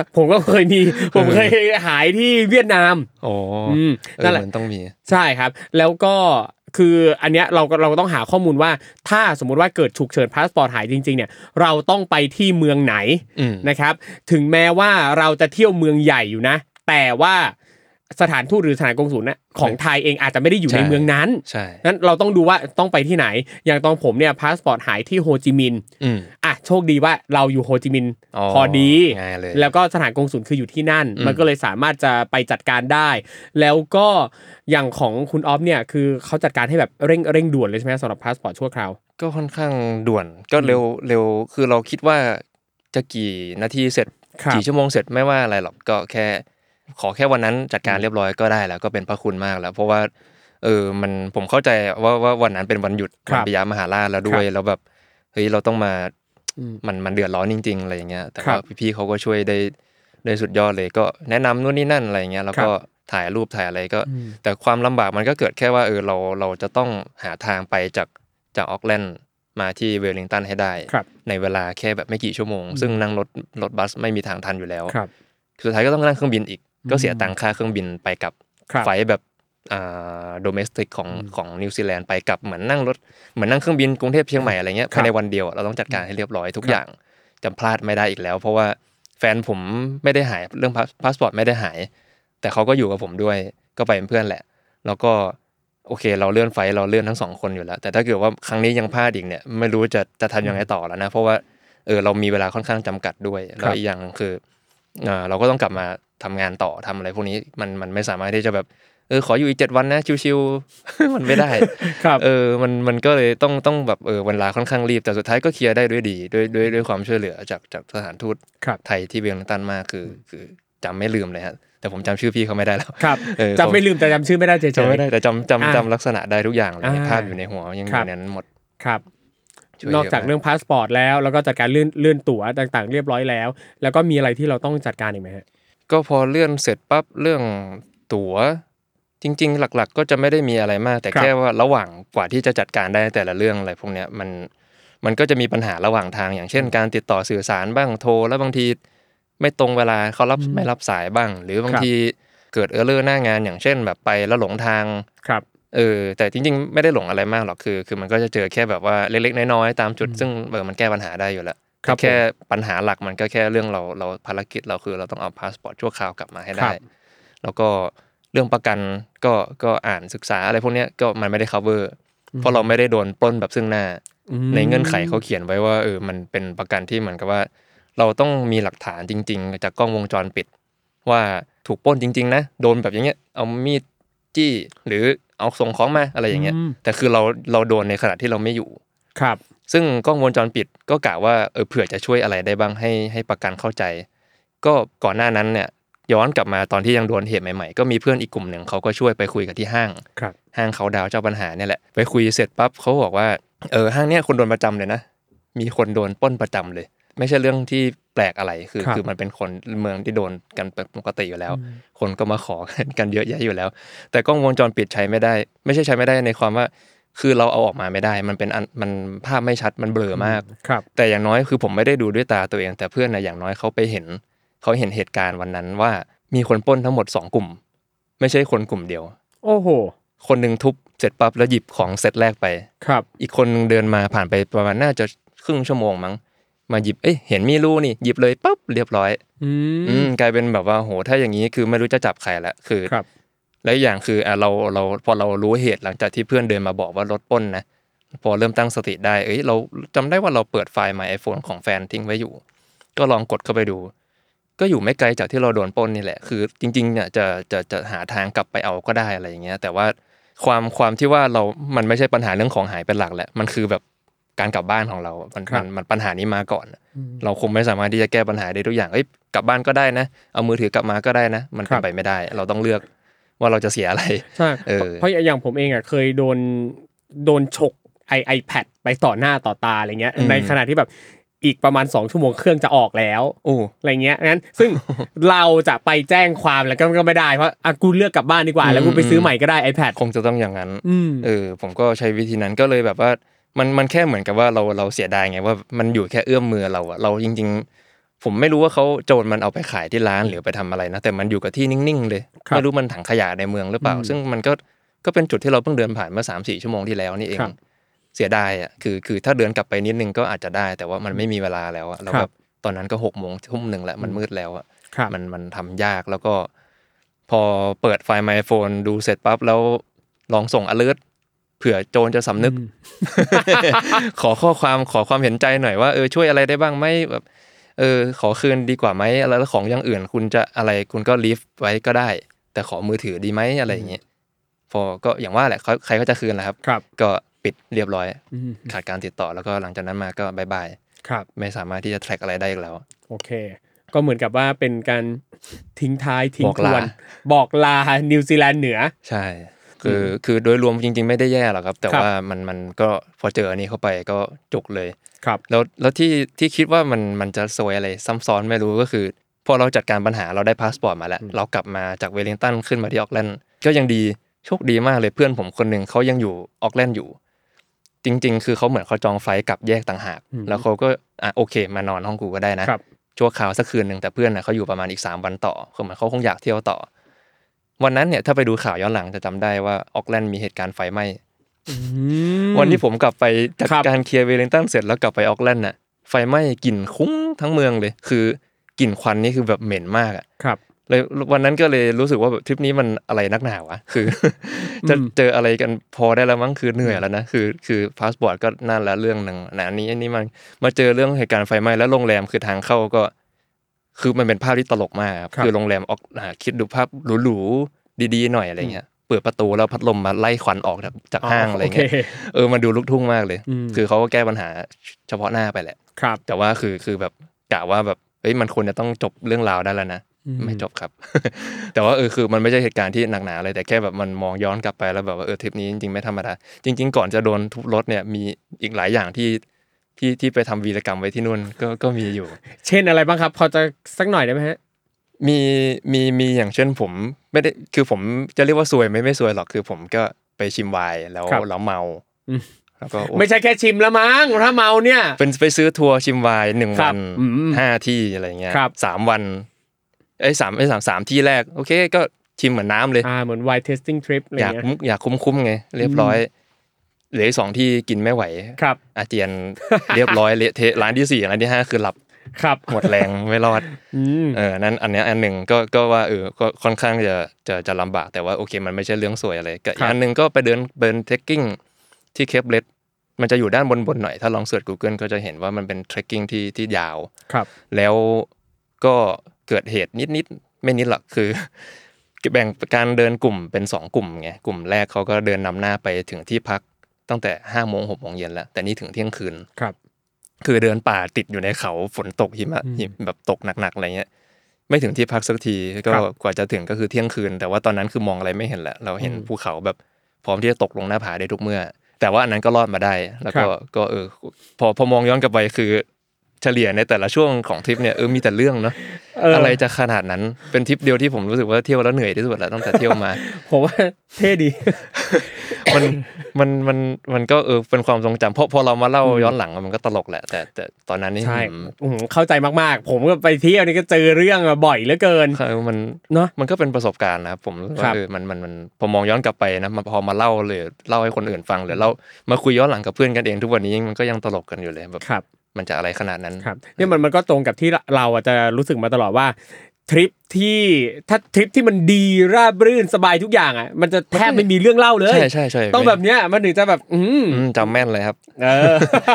Speaker 2: ะผมก็เคยมี ผมเคยหายที่เวียดนาม
Speaker 3: โอ้
Speaker 2: ม
Speaker 3: เออ
Speaker 2: นั่นแหละ
Speaker 3: มันต้องมี
Speaker 2: ใช่ครับ แล้วก็คืออันเนี้ยเราก็เราก็ต้องหาข้อมูลว่า ถ้าสมมุติว่าเกิดฉุกเฉินพาสปอร์ตหายจริง ๆ เนี่ย เราต้องไปที่เมืองไหน
Speaker 3: อืม
Speaker 2: นะครับ ถึงแม้ว่าเราจะเที่ยวเมืองใหญ่อยู่นะ แต่ว่าสถานทูตหรือสถานกงสุลนะของไทยเองอาจจะไม่ได้อยู่ในเมืองนั้น
Speaker 3: ใช่
Speaker 2: นั้นเราต้องดูว่าต้องไปที่ไหน อย่างตอนผมเนี่ยพาสปอร์ตหายที่โฮจิมินห์
Speaker 3: อืม
Speaker 2: อ่ะโชคดีว่าเราอยู่โฮจิมินห์พอดี
Speaker 3: ง่ายเลย
Speaker 2: แล้วก็สถานกงสุลคืออยู่ที่นั่น
Speaker 3: อืม
Speaker 2: มันก็เลยสามารถจะไปจัดการได้ แล้วก็อย่างของคุณออฟเนี่ยคือเขาจัดการให้แบบเร่งเร่งด่วนเลยใช่ไหมสำหรับพาสปอร์ตชั่วคราว
Speaker 3: ก็ค่อนข้างด่วนก็เร็วเร็วคือเราคิดว่าจะกี่นาทีเสร็จ
Speaker 2: ครับ
Speaker 3: กี่ชั่วโมงเสร็จไม่ว่าอะไรหรอกก็แค่ ขอแค่วันนั้นจัดการเรียบร้อยก็ได้แล้วก็เป็นพระคุณมากแล้ว เพราะว่า เออมันผมเข้าใจว่าว่าวันนั้นเป็นวันหยุด
Speaker 2: ครั
Speaker 3: วั
Speaker 2: บ
Speaker 3: นปิยามหาราชแล้วด้วยแล้วแบบเฮ้ยเราต้องมา
Speaker 2: อืม
Speaker 3: มันมันเดือดร้อนจริง ๆอะไรอย่างเงี้ยแต่
Speaker 2: ครั
Speaker 3: ว่า
Speaker 2: บ
Speaker 3: พี่ๆเขาก็ช่วยได้ได้สุดยอดเลย ก็แนะนำนู่นนี่นั่นอะไรอย่างเงี้ยแล้วก็ถ่ายรูปถ่ายอะไรก็
Speaker 2: อืม
Speaker 3: แต่ความลำบากมันก็เกิดแค่ว่าเออเราเราจะต้องหาทางไปจากจากออกแลนด์มาที่เวลลิงตันให้ได้
Speaker 2: ครับ
Speaker 3: ในเวลาแค่แบบไม่กี่ชั่วโมง ซึ่งนั่งรถรถบัสไม่มีทางทันอยู่แล้ว
Speaker 2: ครับ
Speaker 3: สุดท้ายก็ต้องนั่งเครื่องบินอีก ก็เสีย
Speaker 2: อืม
Speaker 3: ตังค่าเครื่องบินไปกับ
Speaker 2: ครับ
Speaker 3: ไฟล์แบบอ่าโดเมสติกของของนิวซีแลนด์ไปกลับเหมือนนั่งรถเหมือนนั่งเครื่องบินกรุงเทพเชียงใหม่อะไรเงี้
Speaker 2: ค
Speaker 3: ย
Speaker 2: รับ
Speaker 3: ภายในวันเดียวอะเราต้องจัดการให้เรียบร้อยทุก
Speaker 2: ครับ
Speaker 3: อย่างจำพลาดไม่ได้อีกแล้ว เพราะว่าแฟนผมไม่ได้หายเรื่องพาสปอร์ตไม่ได้หาย แต่เขาก็อยู่กับผมด้วยก็ไปเป็นเพื่อนแหละ แล้วก็โอเค เราเลื่อนไฟล์เราเลื่อนทั้งสองคนอยู่แล้ว แต่ถ้าเกิดว่าครั้งนี้ยังพลาดอีกเนี่ยไม่รู้จะจะทำยังไงต่อแล้วนะ เพราะว่าเออเรามีเวลาค่อนข้างจำกัดด้วย
Speaker 2: ครั
Speaker 3: แล้
Speaker 2: บ
Speaker 3: วอีกอย่างคือเอ่อเราก็ต้องกลับมาทำงานต่อทำอะไรพวกนี้มันมันไม่สามารถที่จะแบบเออขออยู่อีกเจ็ดวันนะชิวๆ มันไม่ได้
Speaker 2: ครับ
Speaker 3: เออ มัน มันก็เลยต้อง ต้องแบบ เออ เวลาค่อนข้างรีบ แต่สุดท้ายก็เคลียร์ได้ด้วยดี ด้วย ด้วย ด้วยความช่วยเหลือจาก จากสถานทูต
Speaker 2: ครับ
Speaker 3: ไทยที่เวียงตันมาก คือ คือจำไม่ลืมเลยฮะ แต่ผมจำชื่อพี่เขาไม่ได้แล้ว
Speaker 2: ครับ
Speaker 3: เออ
Speaker 2: จำไม่ลืมแต่จำชื่อไม่ได้เฉย
Speaker 3: จำไม่ได้ แต่จำ
Speaker 2: อ่า
Speaker 3: จำจำลักษณะได้ทุกอย่างเลย
Speaker 2: อ่า
Speaker 3: ภาพอยู่ในหัวยังอ
Speaker 2: ครับ
Speaker 3: ยู่ในนั้นหมด
Speaker 2: ๆครับ
Speaker 3: ช่วย
Speaker 2: นอกจาก
Speaker 3: ยะม
Speaker 2: เรื่องพาสปอร์ตแล้วแล้วก็จัดการเลื่อนเลื่อนตั๋วต่างๆ เรียบร้อยแล้ว แล้วก็มีอะไรที่เราต้องจัดการอีกไหมฮะ
Speaker 3: ก็พอเลื่อนเสร็จปั๊บ เรื่องตั๋ว จริง ๆ หลัก ๆ ก็จะไม่ได้มีอะไรมาก แต่
Speaker 2: ครับ
Speaker 3: แค่ว่าระหว่างกว่าที่จะจัดการได้แต่ละเรื่องอะไรพวกเนี้ย มัน มันก็จะมีปัญหาระหว่างทางอย่างเช่น การติดต่อสื่อสารบ้างโทร แล้วบางทีไม่ตรงเวลาเขารับไม่รับสายบ้าง หรือบาง
Speaker 2: ครับ
Speaker 3: ทีเกิดเออร์เลอร์หน้างานอย่างเช่น แบบไปแล้วหลงทาง
Speaker 2: ครับ
Speaker 3: เออแต่จริงๆ ไม่ได้หลงอะไรมากหรอกคือ คือมันก็จะเจอแค่แบบว่าเล็กๆน้อยๆตามจุด ซึ่งเออมันแก้ปัญหาได้อยู่แล้ว
Speaker 2: ครับ
Speaker 3: แค่ปัญหาหลักมันก็แค่เรื่องเราเราภารกิจเราคือเราต้องเอาพาสปอร์ตชั่วคราวกลับมาให้
Speaker 2: ครั
Speaker 3: ได้
Speaker 2: บ
Speaker 3: แล้วก็เรื่องประกันก็ก็อ่านศึกษาอะไรพวกเนี้ยก็มันไม่ได้ cover เพราะเราไม่ได้โดนปล้นแบบซึ่งหน้า ในเงื่อนไขเขาเขียนไว้ว่าเออมันเป็นประกันที่เหมือนกับว่า เราต้องมีหลักฐานจริง ๆ จากกล้องวงจรปิด ว่าถูกปล้นจริง ๆ นะ โดนแบบอย่างเงี้ยเอามีดจี้ หรือเอาส่งของมาอะไรอย่างเงี้ย
Speaker 2: อืม
Speaker 3: แต่คือเราเราโดนในขณะที่เราไม่อยู่
Speaker 2: ครับ
Speaker 3: ซึ่งกล้องวงจรปิดก็กะว่าเออเผื่อจะช่วยอะไรได้บ้างให้ให้ประกันเข้าใจ ก็ก่อนหน้านั้นเนี่ยย้อนกลับมาตอนที่ยังโดนเหตุใหม่ๆ ก็มีเพื่อนอีกกลุ่มหนึ่งเขาก็ช่วยไปคุยกับที่ห้าง
Speaker 2: ครับ
Speaker 3: ห้างเขาดาวเจ้าปัญหาเนี่ยแหละไปคุยเสร็จปั๊บเขาบอกว่าเออห้างเนี้ยคนโดนประจำเลยนะ มีคนโดนปล้นประจำเลย ไม่ใช่เรื่องที่แปลกอะไรคือ
Speaker 2: ครับ
Speaker 3: คือมันเป็นคนเมืองที่โดนกันเป็นปกติอยู่แล้ว คนก็มาขอกันกันเยอะแยะอยู่แล้ว แต่กล้องวงจรปิดใช้ไม่ได้ ไม่ใช่ใช้ไม่ได้ในความว่า คือเราเอาออกมาไม่ได้ มันเป็นอันมันภาพไม่ชัดมันเบลอมาก
Speaker 2: ครับ
Speaker 3: แต่อย่างน้อยคือผมไม่ได้ดูด้วยตาตัวเอง แต่เพื่อนนะอย่างน้อยเขาไปเห็นเขาเห็นเหตุการณ์วันนั้นว่ามีคนปล้นทั้งหมดสองกลุ่ม ไม่ใช่คนกลุ่มเดียว
Speaker 2: โอ้โห
Speaker 3: คนหนึ่งทุบเสร็จปั๊บแล้วหยิบของเซตแรกไป
Speaker 2: ครับ
Speaker 3: อีกคนหนึ่งเดินมาผ่านไปประมาณน่าจะครึ่งชั่วโมงมั้งมาหยิบเอ้ยเห็นมีรูนี่หยิบเลยปั๊บเรียบร้อย
Speaker 2: อืม
Speaker 3: อืมกลายเป็นแบบว่าโหถ้าอย่างนี้คือไม่รู้จะจับใครละคือ
Speaker 2: ครับ
Speaker 3: และอีกอย่างคืออ่ะเราเราพอเรารู้เหตุหลังจากที่เพื่อนเดินมาบอกว่ารถปล้นนะพอเริ่มตั้งสติได้เอ้ยเราจำได้ว่าเราเปิดไฟล์ My iPhone ของแฟนทิ้งไว้อยู่ ก็ลองกดเข้าไปดู ก็อยู่ไม่ไกลจากที่เราโดนปล้นนี่แหละ คือ จริงๆเนี่ยจะจะจะหาทางกลับไปเอาก็ได้อะไรอย่างเงี้ย แต่ว่าความความที่ว่าเรา มันไม่ใช่ปัญหาเรื่องของหายเป็นหลักแหละ มันคือแบบการกลับบ้านของเราอะมัน
Speaker 2: ครับ
Speaker 3: มันมันปัญหานี้มาก่อน เราคงไม่สามารถที่จะแก้ปัญหาได้ทุกอย่างเอ้ยกลับบ้านก็ได้นะ เอามือถือกลับมาก็ได้นะ มันเป็นไปไม่ได้ เราต้องเลือกว่าเราจะเสียอะไร
Speaker 2: ใช่
Speaker 3: เออ
Speaker 2: เพราะอย่างผมเองอ่ะเคยโดนโดนฉกไอไอแพดไปต่อหน้าต่อตาอะไรเงี้ย ในขณะที่แบบอีกประมาณ 2 ชั่วโมงเครื่องจะออกแล้ว
Speaker 3: โอ้
Speaker 2: อะไรเงี้ยงั้น ซึ่ง เราจะไปแจ้งความแล้วก็ก็ไม่ได้เพราะอ่ะกูเลือกกลับบ้านดีกว่า แล้วกูไปซื้อใหม่ก็ได้ iPad
Speaker 3: คงจะต้องอย่างนั้น
Speaker 2: อืม
Speaker 3: เออ ผมก็ใช้วิธีนั้นก็เลยแบบว่า มันมันแค่เหมือนกับว่าเราเราเสียดายไงว่ามันอยู่แค่เอื้อมมือเราอะเราจริง ๆ ผมไม่รู้ว่าเขาโจรมันเอาไปขายที่ร้านหรือไปทำอะไรนะ แต่มันอยู่กับที่นิ่งๆ เลย
Speaker 2: ครับ
Speaker 3: ไม่รู้มันถังขยะในเมืองหรือเปล่า
Speaker 2: อืม
Speaker 3: ซึ่งมันก็ก็เป็นจุดที่เราเพิ่งเดินผ่านเมื่อ3าสี่ชั่วโมงที่แล้วนี่เอง
Speaker 2: ครับ
Speaker 3: เสียดายอะคือคือถ้าเดินกลับไปนิดนึงก็อาจจะได้ แต่ว่ามันไม่มีเวลาแล้วอะแล้วแบบตอนนั้นก็หกโมงทุ่มหนึ่งแล้วมันมืดแล้วอะ
Speaker 2: ครับ
Speaker 3: มันมันทำยากแล้วก็พอเปิดไฟล์ My iPhone ดูเสร็จปั๊บแล้วลองส่ง alert เผื่อโจรจะสำนึก ขอข้อความขอความเห็นใจหน่อยว่าเออช่วยอะไรได้บ้างไหมแบบเออขอคืนดีกว่าไหมแล้วแล้วของอย่างอื่น คุณจะอะไรคุณก็ลีฟไว้ก็ได้ แต่ขอมือถือดีไหมอะไรอย่างเงี้ยพอก็อย่างว่าแหละเขาใครก็จะคืนแหละครับ
Speaker 2: ครับ
Speaker 3: ก็ปิดเรียบร้อย
Speaker 2: อืม
Speaker 3: ขาดการติดต่อแล้วก็หลังจากนั้นมาก็บายบาย
Speaker 2: ครับ
Speaker 3: ไม่สามารถที่จะแทร็กอะไรได้อีกแล้ว
Speaker 2: โอเค ก็เหมือนกับว่าเป็นการทิ้งท้ายทิ้ง
Speaker 3: บอก
Speaker 2: ท
Speaker 3: ลา
Speaker 2: วน บอกลา นิวซีแลนด์เหนือ
Speaker 3: ใช่ คืออคือโดยรวมจริง ๆ ไม่ได้แย่หรอกครับ แต่
Speaker 2: ครับ
Speaker 3: ว่ามันมันก็พอเจออันนี้เข้าไปก็จุกเลย
Speaker 2: ครับ
Speaker 3: แล้วแล้วที่ที่คิดว่ามันมันจะซวยอะไรซ้ำซ้อนไม่รู้ก็คือ พอเราจัดการปัญหาเราได้พาสปอร์ตมาแล้ว เรากลับมาจากเวลลิงตันขึ้นมาที่ออกแลนด์ก็ยังดีโชคดีมากเลยเพื่อนผมคนหนึ่งเขายังอยู่ออกแลนด์อยู่ จริง ๆ คือเขาเหมือนเขาจองไฟล์กลับแยกต่างหาก
Speaker 2: อืม
Speaker 3: แล้วเขาก็อ่ะโอเค มานอนห้องกูก็ได้นะครับ ชั่วคราวสักคืนหนึ่งแต่เพื่อนน่ะเขาอยู่ประมาณอีกสามวันต่อคือเหมือนเขาคงอยากเที่ยวต่อ วันนั้นเนี่ยถ้าไปดูข่าวย้อนหลังจะจำได้ว่าออกแลนด์มีเหตุการณ์ไฟไหม้ วันที่ผมกลับไปจัด
Speaker 2: ครับ
Speaker 3: การเคลียร์เวลลิงตันเสร็จแล้วกลับไปออกแลนด์น่ะไฟไหม้กลิ่นคุ้งทั้งเมืองเลย คือกลิ่นควันนี่คือแบบเหม็นมากอะ
Speaker 2: ครับ
Speaker 3: เลยวันนั้นก็เลยรู้สึกว่าแบบทริปนี้มันอะไรนักหนาวะคือ จะเจออะไรกันพอได้แล้วมั้งคือเหนื่อยแล้วนะคือคือพาสปอร์ตก็นั่นละเรื่องหนึ่งนะอันนี้อันนี้มันมาเจอเรื่องเหตุการณ์ไฟไหม้แล้วโรงแรมคือทางเข้าก็ คือมันเป็นภาพที่ตลกมากครับ
Speaker 2: ครับ
Speaker 3: คือโรงแรมออกอ่าคิดดูภาพหรูๆดีๆหน่อยอะไรเงี้ยเปิดประตูแล้วพัดลมมาไล่ควันออกจากจากห้างอะไร
Speaker 2: โอ
Speaker 3: เงี้ย
Speaker 2: ค
Speaker 3: เออมันดูลูกทุ่งมากเลย
Speaker 2: อืม
Speaker 3: คือเขาก็แก้ปัญหาเฉพาะหน้าไปแหละ
Speaker 2: ครับ
Speaker 3: แต่ว่าคือคือแบบกะว่าแบบเอ้ยมันควรจะต้องจบเรื่องราวได้แล้วนะ
Speaker 2: อืม
Speaker 3: ไม่จบครับ แต่ว่าเออคือมันไม่ใช่เหตุการณ์ที่หนักหนาอะไรแต่แค่แบบมันมองย้อนกลับไปแล้วแบบว่าเออทริปนี้จริงๆไม่ธรรมดา จริง ๆ ก่อนจะโดนทุบรถเนี่ยมีอีกหลายอย่างที่ที่ที่ไปทำวีรกรรมไว้ที่นู่นก็ก็มีอยู่
Speaker 2: เช่นอะไรบ้างครับ พอจะสักหน่อยได้ไหมฮะ
Speaker 3: มีมีมีอย่างเช่นผมไม่ได้คือผมจะเรียกว่าซวยไหม่ไม่ซวยหรอกคือผมก็ไปชิมไวน์แล้ว
Speaker 2: ครับ
Speaker 3: แล้วเมา
Speaker 2: อืม
Speaker 3: แล้วก็โอ้
Speaker 2: ไม่ใช่แค่ชิมละมั้งถ้าเมาเนี่ย
Speaker 3: เป็นไปซื้อทัวร์ชิมไวน์หนึ่ง
Speaker 2: ครั
Speaker 3: วั
Speaker 2: บ
Speaker 3: น
Speaker 2: อืม
Speaker 3: ห้าที่อะไรเงี้ย
Speaker 2: ครับ
Speaker 3: สามวันไอ้ยสามไอ้ยสามสามที่แรก โอเค ก็ชิมเหมือนน้ำเลย
Speaker 2: อ่าเหมือนไวท์เทสติ้งทริปอะไร
Speaker 3: อยาก
Speaker 2: เงี้ย
Speaker 3: คุ้มอยากคุ้มคุ้มๆไง เรียบร้อยเหลืออกสองที่กินไม่ไหว
Speaker 2: ครับ
Speaker 3: อาเจียน เรียบร้อยเละเทะร้านที่สี่ร้านที่ห้าคือหลับ
Speaker 2: ครับ
Speaker 3: หมดแรง ไม่รอด
Speaker 2: อืม
Speaker 3: เออ นั่นอันเนี้ยอันหนึ่งก็ก็ว่าเออ ก็ค่อนข้างจะจะจะลำบากแต่ว่าโอเค มันไม่ใช่เรื่องสวยอะไรก็อี
Speaker 2: ครั
Speaker 3: ก
Speaker 2: บ
Speaker 3: อันหนึ่งก็ไปเดินเดินเทคกิ้งที่เคปเลดมันจะอยู่ด้านบนบนๆหน่อย ถ้าลองเสิร์ช Google ก็จะเห็นว่ามันเป็นเทคกิ้งที่ที่ยาว
Speaker 2: ครับ
Speaker 3: แล้วก็เกิดเหตุนิดนิดๆไม่นิดหรอกคือ แบ่งการเดินกลุ่มเป็นสองกลุ่มไงกลุ่มแรกเขาก็เดินนำหน้าไปถึงที่พักตั้งแต่ห้าโมงหกโมงเย็นแล้วแต่นี่ถึงเที่ยงคืน
Speaker 2: ครับ
Speaker 3: คือเดินป่าติดอยู่ในเขาฝนตกหิมะ
Speaker 2: อืม
Speaker 3: หิมแบบตกหนักๆอะไรเงี้ยไม่ถึงที่พักสักทีก็
Speaker 2: ครับ
Speaker 3: กว่าจะถึงก็คือเที่ยงคืน แต่ว่าตอนนั้นคือมองอะไรไม่เห็นแหละเราเห็นภูเขาแบบพร้อมที่จะตกลงหน้าผาได้ทุกเมื่อ แต่ว่าอันนั้นก็รอดมาได้ แล้วก็ก็เออพอพอมองย้อนกลับไปคือ เฉลี่ยในแต่ละช่วงของทริปเนี่ยเออมีแต่เรื่องเนาะ
Speaker 2: เอออ
Speaker 3: อะไรจะขนาดนั้นเป็นทริปเดียวที่ผมรู้สึกว่าเที่ยวแล้วเหนื่อยที่สุดแล้วตั้งแต่เที่ยวมา
Speaker 2: ผมว่าเท่ดี
Speaker 3: มันมันมันมันก็เออเป็นความทรงจำเพราะพอเรามาเล่าย้อนหลังอะมันก็ตลกแหละ แต่แต่ตอนนั้นนี่
Speaker 2: ใช่
Speaker 3: อืม
Speaker 2: อืมเข้าใจมากๆ ผมก็ไปเที่ยวนี่ก็เจอเรื่องอะบ่อยเหลือเกิน
Speaker 3: เออมัน
Speaker 2: เนอะ
Speaker 3: มันก็เป็นประสบการณ์นะครับผมรู้สึก
Speaker 2: ครั
Speaker 3: ว่า
Speaker 2: บ
Speaker 3: เออมันมันมันผมมองย้อนกลับไปนะมาพอมาเล่าเลยเล่าให้คนอื่นฟังหรือเรามาคุยย้อนหลังกับเพื่อนกันเองทุกวันนี้มันก็ยังตลกกันอยู่เลยแบบ
Speaker 2: ครับ
Speaker 3: มันจะอะไรขนาดนั้น
Speaker 2: ครับเนี่ยมันมันก็ตรงกับที่เราอะจะรู้สึกมาตลอดว่าทริปที่ถ้าทริปที่มันดีราบรื่นสบายทุกอย่างอะมันจะแทบไม่มีเรื่องเล่าเลย
Speaker 3: ใช่ใช่ใช่
Speaker 2: ต้องแบบเนี้ยมันถึงจะแบบ อืม
Speaker 3: อืมจำแม่นเลยครับ
Speaker 2: เออ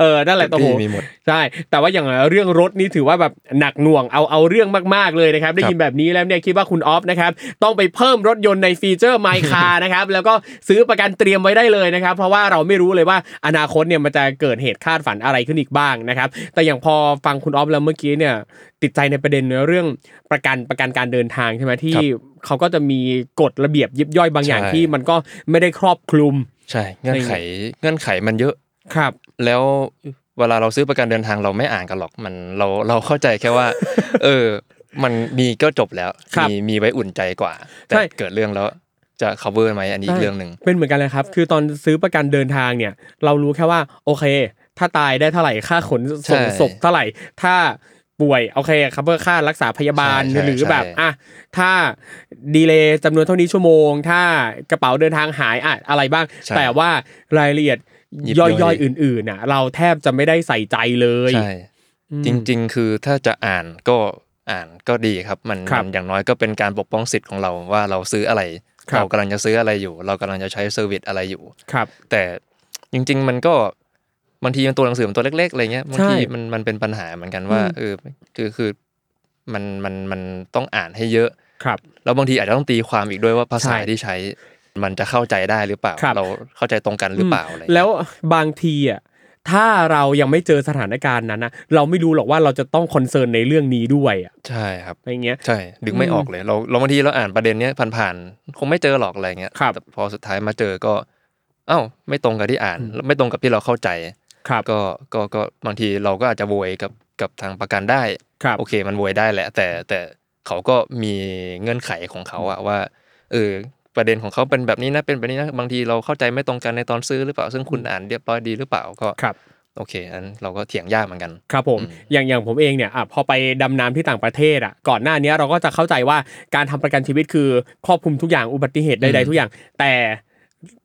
Speaker 2: เออนั่นแหละตัว
Speaker 3: พี่
Speaker 2: โห
Speaker 3: มีหมด
Speaker 2: ใช่ แต่ว่าอย่างเรื่องรถนี่ถือว่าแบบหนักหน่วงเอาเอาเรื่องมากๆเลยนะครับ ได้ยินแบบนี้แล้วเนี่ยคิดว่าคุณออฟนะครับต้องไปเพิ่มรถยนต์ในฟีเจอร์ My Car นะครับแล้วก็ซื้อประกันเตรียมไว้ได้เลยนะครับ เพราะว่าเราไม่รู้เลยว่าอนาคตเนี่ยมันจะเกิดเหตุคาดฝันอะไรขึ้นอีกบ้างนะครับ แต่อย่างพอฟังคุณออฟแล้วเมื่อกี้เนี่ยติดใจในประเด็นเรื่องประกันประกันการเดินทางใช่ไหมที่
Speaker 3: ครับ
Speaker 2: เขาก็จะมีกฎระเบียบยิบย่อยบางอย่าง
Speaker 3: ใช่
Speaker 2: ที่มันก็ไม่ได้ครอบคลุม
Speaker 3: ใช่ เงื่อนไขเงื่อนไขมันเยอะ
Speaker 2: ครับ
Speaker 3: แล้วเวลาเราซื้อประกันเดินทางเราไม่อ่านกันหรอกมันเราเราเข้าใจแค่ ว่า เออ มันมีก็จบแล้ว
Speaker 2: ครับ
Speaker 3: มีมีไว้อุ่นใจกว่า แต่
Speaker 2: ใช่
Speaker 3: เกิดเรื่องแล้วจะ cover ไหมอันนี้อีกเรื่องหนึ่ง
Speaker 2: เป็นเหมือนกันเลยครับ คือตอนซื้อประกันเดินทางเนี่ย เรารู้แค่ว่าโอเค ถ้าตายได้เท่าไหร่ค่าขนส่ง
Speaker 3: ใช่
Speaker 2: ศพเท่าไหร่ ถ้าป่วยโอเคครับเพื่อค่ารักษาพยาบาล
Speaker 3: ใช่ใช่
Speaker 2: หรือแบบ
Speaker 3: ใช่
Speaker 2: อ่ะถ้าดีเลย์จำนวนเท่านี้ชั่วโมง ถ้ากระเป๋าเดินทางหายอ่ะอะไรบ้าง แต่ว่ารายละเอียดย่อยๆอื่นๆน่ะเราแทบจะไม่ได้ใส่ใจเลย
Speaker 3: ใช่
Speaker 2: อืม
Speaker 3: จริง ๆ คือถ้าจะอ่านก็อ่านก็ดีครับมัน
Speaker 2: ครับ
Speaker 3: มันอย่างน้อยก็เป็นการปกป้องสิทธิ์ของเราว่าเราซื้ออะไร
Speaker 2: ครับ
Speaker 3: เรากำลังจะซื้ออะไรอยู่ เรากำลังจะใช้เซอร์วิสอะไรอยู่
Speaker 2: ครับ
Speaker 3: แต่จริง ๆ มันก็บางทีมันตัวหนังสือมันตัวเล็กๆอะไรเงี้ยบางที
Speaker 2: ใช่
Speaker 3: มันมันเป็นปัญหาเหมือนกันว่า
Speaker 2: อืม
Speaker 3: เออคือคือมันมันมันต้องอ่านให้เยอะ
Speaker 2: ครับ
Speaker 3: แล้วบางทีอาจจะต้องตีความอีกด้วยว่าภาษา
Speaker 2: ใช่
Speaker 3: ที่ใช้ มันจะเข้าใจได้หรือเปล่า
Speaker 2: ครับ
Speaker 3: เราเข้าใจตรงกันหรือเปล่าอะไรเงี้ย
Speaker 2: แล้วบางทีอ่ะถ้าเรายังไม่เจอสถานการณ์นั้นนะเราไม่รู้หรอกว่าเราจะต้องคอนเซิร์นในเรื่องนี้ด้วยอะ
Speaker 3: ใช่ครับ
Speaker 2: อะไรเงี้ย
Speaker 3: ใช่ดึงไม่ออกเลย เราเราบางทีเราอ่านประเด็นเนี้ยผ่านๆคงไม่เจอหรอกอะไรเงี้ย
Speaker 2: ครับ
Speaker 3: แต่พอสุดท้ายมาเจอก็ เอ้าไม่ตรงกับที่อ่านแล้วไม่ตรงกับที่เราเข้าใจ
Speaker 2: ครับ
Speaker 3: ก็ก็ก็บางทีเราก็อาจจะโวยกับกับทางประกันได้
Speaker 2: ครับ
Speaker 3: โอเคมันโวยได้แหละ แต่แต่เขาก็มีเงื่อนไขของเขาอะว่าเออประเด็นของเขาเป็นแบบนี้นะเป็นแบบนี้นะบางทีเราเข้าใจไม่ตรงกันในตอนซื้อหรือเปล่าซึ่งคุณอ่านเรียบร้อยดีหรือเปล่าก็
Speaker 2: ครับ
Speaker 3: โอเคอันเราก็เถียงยากเหมือนกัน
Speaker 2: ครับผมอย่างอย่างผมเองเนี่ยอ่ะพอไปดำน้ำที่ต่างประเทศอ่ะก่อนหน้าเนี้ยเราก็จะเข้าใจว่าการทำประกันชีวิตคือครอบคลุมทุกอย่างอุบัติเหตุใด
Speaker 3: อืม
Speaker 2: ๆทุกอย่าง แต่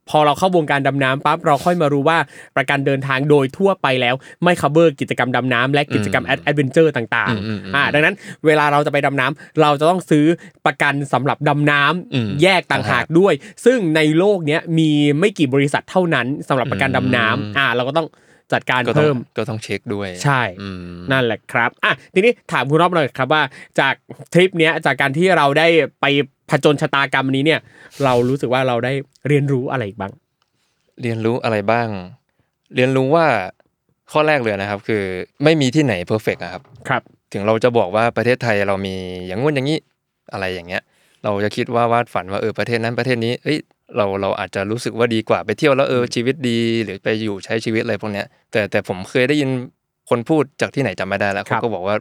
Speaker 2: พอเราเข้าวงการดำน้ำปั๊บเราค่อยมารู้ว่าประกันเดินทางโดยทั่วไปแล้วไม่ cover กิจกรรมดำน้ำและกิจกรรมแอดเวนเจอร์ต่างๆอ่าดังนั้นเวลาเราจะไปดำน้ำเราจะต้องซื้อประกันสำหรับดำน้
Speaker 3: อืม
Speaker 2: ำแยกต่างหากด้วย ซึ่งในโลกเนี้ยมีไม่กี่บริษัทเท่านั้นสำหรับประกันดำน้ำอ่าเราก็ต้องจัดการ
Speaker 3: ก็ต้อง
Speaker 2: เพิ่ม
Speaker 3: ก็ต้องเช็คด้วย
Speaker 2: ใช่
Speaker 3: อืม
Speaker 2: นั่นแหละครับอ่ะทีนี้ถามคุณรอบหน่อยครับว่า จากทริปเนี้ยจากการที่เราได้ไปผจญชะตากรรมนี้เนี่ย เรารู้สึกว่าเราได้เรียนรู้อะไรอีกบ้าง
Speaker 3: เรียนรู้อะไรบ้าง เรียนรู้ว่าข้อแรกเลยนะครับ คือไม่มีที่ไหนเพอร์เฟกครับ
Speaker 2: ครับ
Speaker 3: ถึงเราจะบอกว่าประเทศไทยเรามีอย่างงู้นอย่างนี้อะไรอย่างเงี้ย เราจะคิดว่าวาดฝันว่าเออประเทศนั้นประเทศนี้ เอ้ยเราเราอาจจะรู้สึกว่าดีกว่าไปเที่ยวแล้วเออชีวิตดีหรือไปอยู่ใช้ชีวิตอะไรพวกเนี้ย แต่แต่ผมเคยได้ยินคนพูดจากที่ไหนจำไม่ได้แล้ว
Speaker 2: ครับ
Speaker 3: เขาก็บอกว่า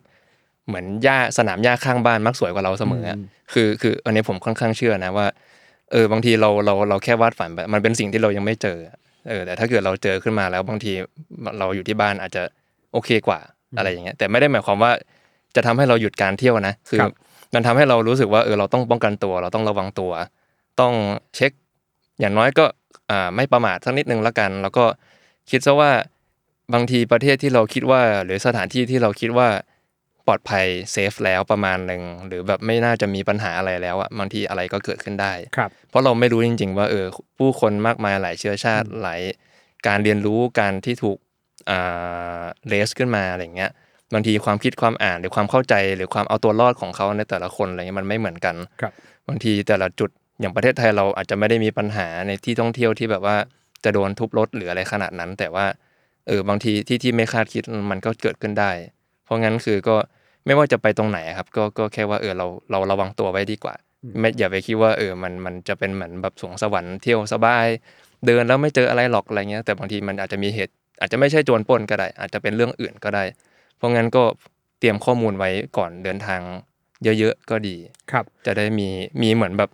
Speaker 3: เหมือนหญ้าสนามหญ้าข้างบ้านมักสวยกว่าเราเสมออะ
Speaker 2: อืม
Speaker 3: คือคืออันนี้ผมค่อนข้างเชื่อนะว่า เออบางทีเราเราเราแค่วาดฝันไปมันเป็นสิ่งที่เรายังไม่เจออะเออแต่ถ้าเกิดเราเจอขึ้นมาแล้วบางทีเราอยู่ที่บ้านอาจจะโอเคกว่าอะไรอย่างเงี้ยแต่ไม่ได้หมายความว่าจะทำให้เราหยุดการเที่ยวนะ คือ
Speaker 2: ครับ
Speaker 3: มันทำให้เรารู้สึกว่าเออเราต้องป้องกันตัว เราต้องระวังตัว ต้องเช็ค อย่างน้อยก็อ่าไม่ประมาทสักนิดนึงละกัน แล้วก็คิดซะว่าบางทีประเทศที่เราคิดว่า หรือสถานที่ที่เราคิดว่าปลอดภัยเซฟแล้วประมาณหนึ่งหรือแบบไม่น่าจะมีปัญหาอะไรแล้วอะบางทีอะไรก็เกิดขึ้นได้
Speaker 2: ครับ
Speaker 3: เพราะเราไม่รู้จริง ๆ ว่าเออผู้คนมากมายหลายเชื้อชาติหลายการเรียนรู้การที่ถูกอ่าเลสขึ้นมาอะไรอย่างเงี้ยบางทีความคิดความอ่านหรือความเข้าใจหรือความเอาตัวรอดของเขาในแต่ละคนอะไรเงี้ยมันไม่เหมือนกัน
Speaker 2: ครับ
Speaker 3: บางทีแต่ละจุดอย่างประเทศไทยเราอาจจะไม่ได้มีปัญหาในที่ท่องเที่ยวที่แบบว่าจะโดนทุบรถหรืออะไรขนาดนั้น แต่ว่าเออบางทีที่ที่ไม่คาดคิดมันก็เกิดขึ้นได้ เพราะงั้นคือก็ไม่ว่าจะไปตรงไหนอะครับ ก็ก็แค่ว่าเออเราเราระวังตัวไว้ดีกว่า ไม่อย่าไปคิดว่าเออมันมันจะเป็นเหมือนแบบสวงสวรรค์เที่ยวสบาย เดินแล้วไม่เจออะไรหรอกอะไรเงี้ยแต่บางทีมันอาจจะมีเหตุ อาจจะไม่ใช่โจรปล้นก็ได้ อาจจะเป็นเรื่องอื่นก็ได้ เพราะงั้นก็เตรียมข้อมูลไว้ก่อนเดินทางเยอะๆก็ดี
Speaker 2: ครับ
Speaker 3: จะได้มีมีเหมือนแบบ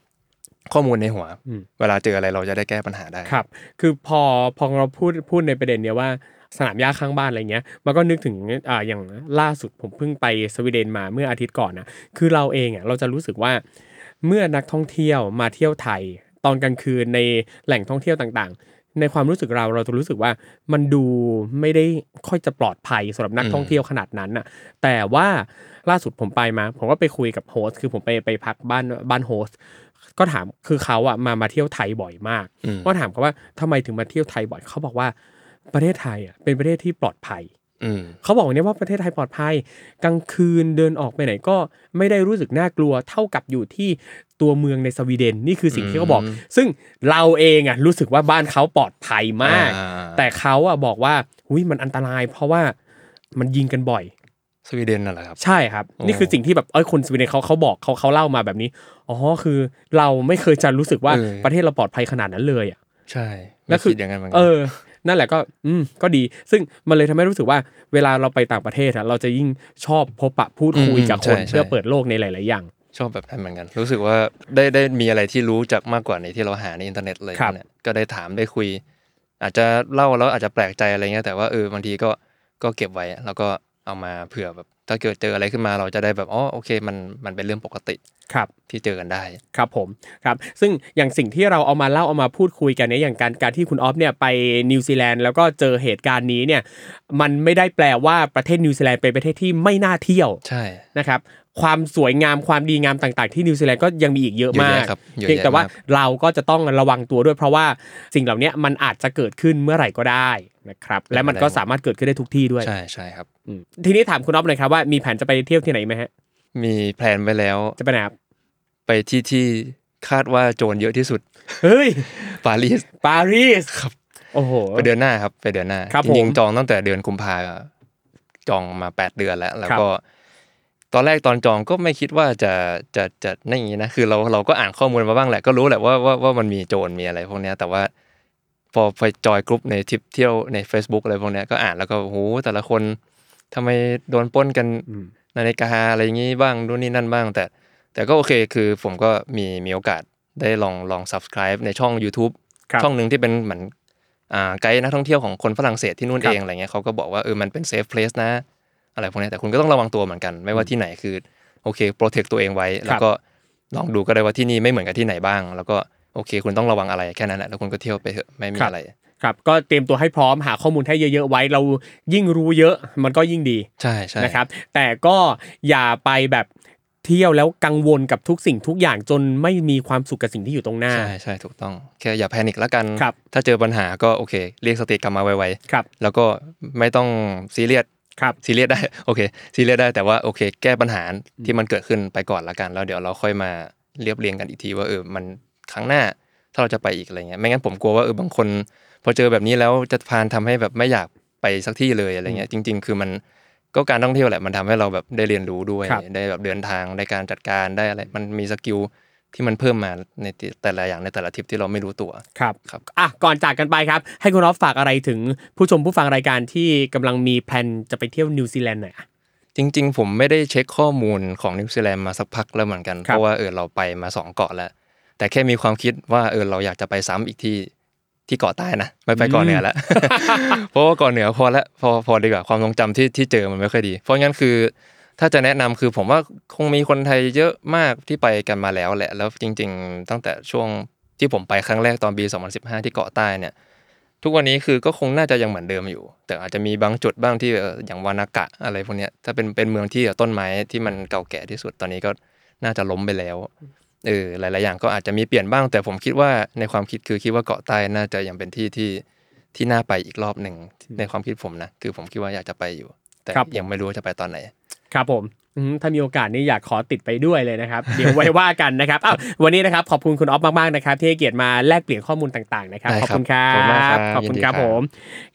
Speaker 3: ข้อมูลในหัว
Speaker 2: อืม
Speaker 3: เวลาเจออะไรเราจะได้แก้ปัญหาได้
Speaker 2: ครับ คือพอพอเราพูดพูดในประเด็นเนี้ยว่าสนามหญ้าข้างบ้านอะไรเงี้ย มันก็นึกถึงอ่าอย่างล่าสุดผมเพิ่งไปสวีเดนมาเมื่ออาทิตย์ก่อนนะคือเราเองอ่ะเราจะรู้สึกว่าเมื่อนักท่องเที่ยวมาเที่ยวไทย ตอนกลางคืนในแหล่งท่องเที่ยวต่างๆ ในความรู้สึกเราเราจะรู้สึกว่ามันดูไม่ได้ค่อยจะปลอดภัยสำหรับนัก
Speaker 3: อืม
Speaker 2: ท่องเที่ยวขนาดนั้นน่ะ แต่ว่าล่าสุดผมไปมา ผมก็ไปคุยกับโฮสต์คือผมไปไปพักบ้านบ้านโฮสต์ก็ถามคือเขาอ่ะมามาเที่ยวไทยบ่อยมาก
Speaker 3: อืม
Speaker 2: ก็ถามเขาว่าทำไมถึงมาเที่ยวไทยบ่อยเขาบอกว่าประเทศไทยอ่ะเป็นประเทศที่ปลอดภัย
Speaker 3: อืม
Speaker 2: เขาบอกเนี่ยว่าประเทศไทยปลอดภัย กลางคืนเดินออกไปไหนก็ไม่ได้รู้สึกน่ากลัวเท่ากับอยู่ที่ตัวเมืองในสวีเดนนี่คือสิ่งที่เขาบอก ซึ่งเราเองอ่ะรู้สึกว่าบ้านเขาปลอดภัยมาก
Speaker 3: อ่
Speaker 2: แต่เขาอ่ะบอกว่าอุ้ยมันอันตราย เพราะว่ามันยิงกันบ่อย
Speaker 3: สวีเดนน่ะเหรอครับ
Speaker 2: ใช่ครับ
Speaker 3: โอ้
Speaker 2: นี่คือสิ่งที่แบบเอ้ยคนสวีเดนเขาเขาบอกเขาเขาเล่ามาแบบนี้อ๋อคือเราไม่เคยจะรู้สึกว่าประเทศเราปลอดภัยขนาดนั้นเลยอ่ะ
Speaker 3: ใช่ไม่
Speaker 2: แล้วคือ
Speaker 3: คิดอย่างนั้นเหมือนกั
Speaker 2: เออ นั่นแหละก็อืมก็ดี ซึ่งมันเลยทำให้รู้สึกว่าเวลาเราไปต่างประเทศอะเราจะยิ่งชอบพบปะพูดคุยกับคนเพื่อเปิดโลกในหลาย ๆ อย่าง
Speaker 3: ชอบแบบนั้นเหมือนกัน รู้สึกว่าได้ได้มีอะไรที่รู้จากมากกว่าในที่เราหาในอินเทอร์เน็ตเลย
Speaker 2: ครับ
Speaker 3: เนี่ยก็ได้ถามได้คุย อาจจะเล่าแล้วอาจจะแปลกใจอะไรเงี้ยแต่ว่าเออบางทีก็ก็เก็บไว้ แล้วก็เอามาเผื่อแบบถ้าเกิดเจออะไรขึ้นมาเราจะได้แบบอ๋อโอเคมันมันเป็นเรื่องปกติ
Speaker 2: ครับ
Speaker 3: ที่เจอกันได้
Speaker 2: ครับผมครับ ซึ่งอย่างสิ่งที่เราเอามาเล่าเอามาพูดคุยกันเนี่ยอย่างการการที่คุณออฟเนี่ยไปนิวซีแลนด์แล้วก็เจอเหตุการณ์นี้เนี่ย มันไม่ได้แปลว่าประเทศนิวซีแลนด์เป็นประเทศที่ไม่น่าเที่ยว
Speaker 3: ใช่
Speaker 2: นะครับ ความสวยงามความดีงามต่าง ๆ ที่นิวซีแลนด์ก็ยังมีอีกเยอะ
Speaker 3: เยอะ
Speaker 2: มาก
Speaker 3: แยะครับเยอะ
Speaker 2: เพียง
Speaker 3: ยะ
Speaker 2: แต่ว่าม
Speaker 3: ก
Speaker 2: เราก็จะต้องระวังตัวด้วยเพราะว่าสิ่งเหล่านี้มันอาจจะเกิดขึ้นเมื่อไหร่ก็ได้นะครับ
Speaker 3: เป็นไปได้
Speaker 2: และมันก็สามารถเกิดขึ้นได้ทุกที่ด้วย
Speaker 3: ใช่ใช่ครับ
Speaker 2: อืมทีนี้ถามคุณอ๊อฟหน่อยครับว่ามีแผนจะไปเที่ยวที่ไหนไหมฮะ
Speaker 3: มีแพลนไว้แล้ว
Speaker 2: จะไปไหนครับ
Speaker 3: ไปที่ที่คาดว่าโจรเยอะที่สุด
Speaker 2: เฮ้ย
Speaker 3: ปารีส
Speaker 2: ปารีส
Speaker 3: ครับ
Speaker 2: โอ้โห
Speaker 3: ไปเดือนหน้าครับไปเดือนหน้า
Speaker 2: ครับ
Speaker 3: จริง
Speaker 2: ผม
Speaker 3: ๆจองตั้งแต่เดือนกุมภาจองมาแปดเดือนแล้ว แล้ว
Speaker 2: ครับ
Speaker 3: ก็ ตอนแรกตอนจองก็ไม่คิดว่าจะจะจะนั่นอย่างนี้นะคือเราเราก็อ่านข้อมูลมาบ้างแหละก็รู้แหละว่าว่าว่ามันมีโจรมีอะไรพวกเนี้ยแต่ว่า พอไปจอยกลุ่มในทริปเที่ยวใน Facebook อะไรพวกเนี้ยก็อ่านแล้วก็โอ้โหแต่ละคนทำไมโดนปล้นกัน
Speaker 2: อืม
Speaker 3: นาฬิกาอะไรอย่างนี้บ้างนู่นนี่นั่นบ้าง แต่ แต่ก็โอเคคือผมก็มีมีโอกาสได้ลองลอง subscribe ในช่อง YouTube
Speaker 2: ครับ
Speaker 3: ช่องหนึ่งที่เป็นเหมือนอ่าไกด์นักท่องเที่ยวของคนฝรั่งเศสที่นู่น
Speaker 2: ครับ
Speaker 3: เองอะไรเงี้ยเขาก็บอกว่าเออมันเป็นเซฟเพลสนะ อะไรพวกเนี้ยแต่คุณก็ต้องระวังตัวเหมือนกัน ไม่ว่าที่ไหนคือโอเคโปรเทคตัวเองไว้ แล้วก็ลองดูก็ได้ว่าที่นี่ไม่เหมือนกับที่ไหนบ้าง แล้วก็โอเค คุณต้องระวังอะไรแค่นั้นแหละแล้วคุณก็เที่ยวไปเถอะไม่มีอะไร
Speaker 2: ครับก็เตรียมตัวให้พร้อมหาข้อมูลให้เยอะ ๆ ไว้เรายิ่งรู้เยอะมันก็ยิ่งดี
Speaker 3: ใช่ใช่
Speaker 2: นะครับแต่ก็อย่าไปแบบเที่ยวแล้วกังวลกับทุกสิ่งทุกอย่างจนไม่มีความสุขกับสิ่งที่อยู่ตรงหน้า
Speaker 3: ใช่ใช่ถูกต้องแค่อย่าแพนิคละกัน
Speaker 2: ครับ
Speaker 3: ถ้าเจอปัญหาก็โอเค เรียกสติกลับมาไว
Speaker 2: ครับ
Speaker 3: ๆ แล้วก็ไม่ต้องซีเรียส
Speaker 2: ครับ
Speaker 3: ซีเรียสได้ โอเคซีเรียสได้แต่ว่าโอเค แก้ปัญหาที่มันเกิดขึ้นไปก่อนละกัน แล้วเดี๋ยวเราค่อยมาเรียบเรียงกันอีกทีว่าเออมันครั้งหน้าถ้าเราจะไปอีกอะไรเงี้ยไม่งั้นผมกลัวว่าเออบางคน พอเจอแบบนี้แล้วจะพานทำให้แบบไม่อยากไปสักที่เลยอะไรเงี้ยจริง ๆ คือมันก็การท่องเที่ยวแหละมันทำให้เราแบบได้เรียนรู้ด้วย
Speaker 2: ครับ
Speaker 3: ได้แบบเดินทางได้การจัดการได้อะไรมันมีสกิล ที่มันเพิ่มมาในแต่ละอย่างในแต่ละทริปที่เราไม่รู้ตัว
Speaker 2: ครับ
Speaker 3: ครับ
Speaker 2: อ่ะก่อนจากกันไปครับ ให้คุณรอฟฝากอะไรถึงผู้ชมผู้ฟังรายการที่กำลังมีแพลนจะไปเที่ยวนิวซีแลนด์หน่อยอ่ะ
Speaker 3: จริง ๆ ผมไม่ได้เช็คข้อมูลของนิวซีแลนด์มาสักพักแล้วเหมือนกัน
Speaker 2: ครับ
Speaker 3: เพราะว่าเออเราไปมาสองเกาะแล้ว แต่แค่มีความคิดว่าเออเราอยากจะไปซ้ำอีกที่ที่เกาะใต้นะไม่ไปเกาะเหนือแล้ว เพราะว่าเกาะเหนือพอละพอพอดีกว่าความทรงจำที่ที่เจอมันไม่ค่อยดี เพราะงั้นคือ ถ้าจะแนะนำคือผมว่าคงมีคนไทยเยอะมากที่ไปกันมาแล้วแหละ แล้วจริง ๆ ตั้งแต่ช่วงที่ผมไปครั้งแรกตอนปี 2015 ที่เกาะใต้เนี่ย ทุกวันนี้คือก็คงน่าจะยังเหมือนเดิมอยู่ แต่อาจจะมีบางจุดบ้างที่เอ่ออย่างวานากะอะไรพวกเนี้ยถ้าเป็นเป็นเมืองที่ต้นไม้ที่มันเก่าแก่ที่สุดตอนนี้ก็น่าจะล้มไปแล้วเออหลายๆอย่างก็อาจจะมีเปลี่ยนบ้าง แต่ผมคิดว่าในความคิดคือคิดว่าเกาะใต้น่าจะยังเป็นที่ที่ที่น่าไปอีกรอบหนึ่งในความคิดผมนะคือผมคิดว่าอยากจะไปอยู่ แต่
Speaker 2: ครับ
Speaker 3: ยังไม่รู้ว่าจะไปตอนไหน
Speaker 2: ครับผม อืมถ้ามีโอกาสนี่อยากขอติดไปด้วยเลย นะครับ เดี๋ยวไว้ว่ากันนะครับอ้าววันนี้นะครับขอบคุณคุณออฟมากๆนะครับที่ให้เกียรติมาแลกเปลี่ยนข้อมูลต่างๆนะครับ
Speaker 3: ได้
Speaker 2: ขอบ
Speaker 3: ครับ
Speaker 2: คุณครั
Speaker 3: ขอบคุณมากครับ บ
Speaker 2: ขอบคุณครับ
Speaker 3: ยินดีครับ
Speaker 2: ผม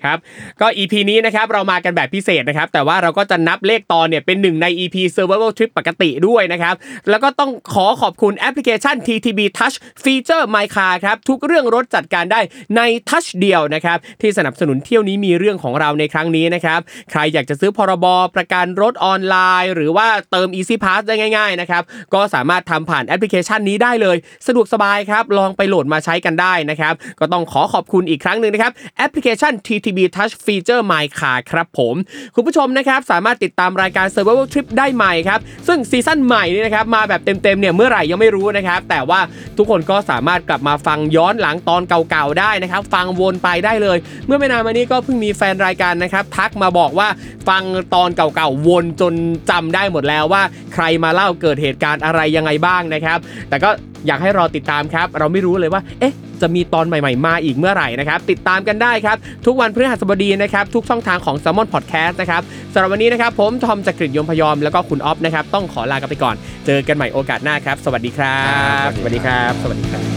Speaker 2: ครับก็ EP นี้นะครับเรามากันแบบพิเศษนะครับแต่ว่าเราก็จะนับเลขตอนเนี่ยเป็นหนึ่งใน EP Survival Trip ปกติด้วยนะครับแล้วก็ต้องขอขอบคุณแอปพลิเคชัน TTB Touch ฟีเจอร์ My Car ครับทุกเรื่องรถจัดการได้ในทัชเดียวนะครับที่สนับสนุนเที่ยวนี้มีเรื่องของเราในครั้งนี้นะครับใครอยากจะซื้อพรบประกันรถออนไลน์ หรือว่าเติม Easy Pass ได้ง่ายๆนะครับก็สามารถทำผ่านแอปพลิเคชันนี้ได้เลย สะดวกสบายครับลองไปโหลดมาใช้กันได้นะครับก็ต้องขอขอบคุณอีกครั้งหนึ่งนะครับแอปพลิเคชัน TTB Touch Feature My Car ครับผม คุณผู้ชมนะครับสามารถติดตามรายการ Survival Trip ได้ใหม่ครับ ซึ่งซีซั่นใหม่นี่นะครับมาแบบเต็มๆเนี่ยเมื่อไหร่ยังไม่รู้นะครับ แต่ว่าทุกคนก็สามารถกลับมาฟังย้อนหลังตอนเก่าๆได้นะครับ ฟังวนไปได้เลย เมื่อไม่นานมานี้ก็เพิ่งมีแฟนรายการนะครับ ทักมาบอกว่าฟังตอนเก่าๆวนจนจำได้หมดแล้วว่า ใครมาเล่าเกิดเหตุการณ์อะไรยังไงบ้างนะครับ แต่ก็อยากให้รอติดตามครับ เราไม่รู้เลยว่า เอ๊ะ จะมีตอนใหม่ ๆ มาอีกเมื่อไหร่นะครับ ติดตามกันได้ครับ ทุกวันพฤหัสบดีนะครับ ทุกช่องทางของ s ซ l m o n Podcast นะครับสำหรับวันนี้นะครับ ผมทอมจักริดยมพยอม แล้วก็คุณออฟนะครับ ต้องขอลากันไปก่อน เจอกันใหม่โอกาสหน้าครับ สวัสดีครับ
Speaker 3: ครับสวัสดีครับ
Speaker 2: สวัสดีครับ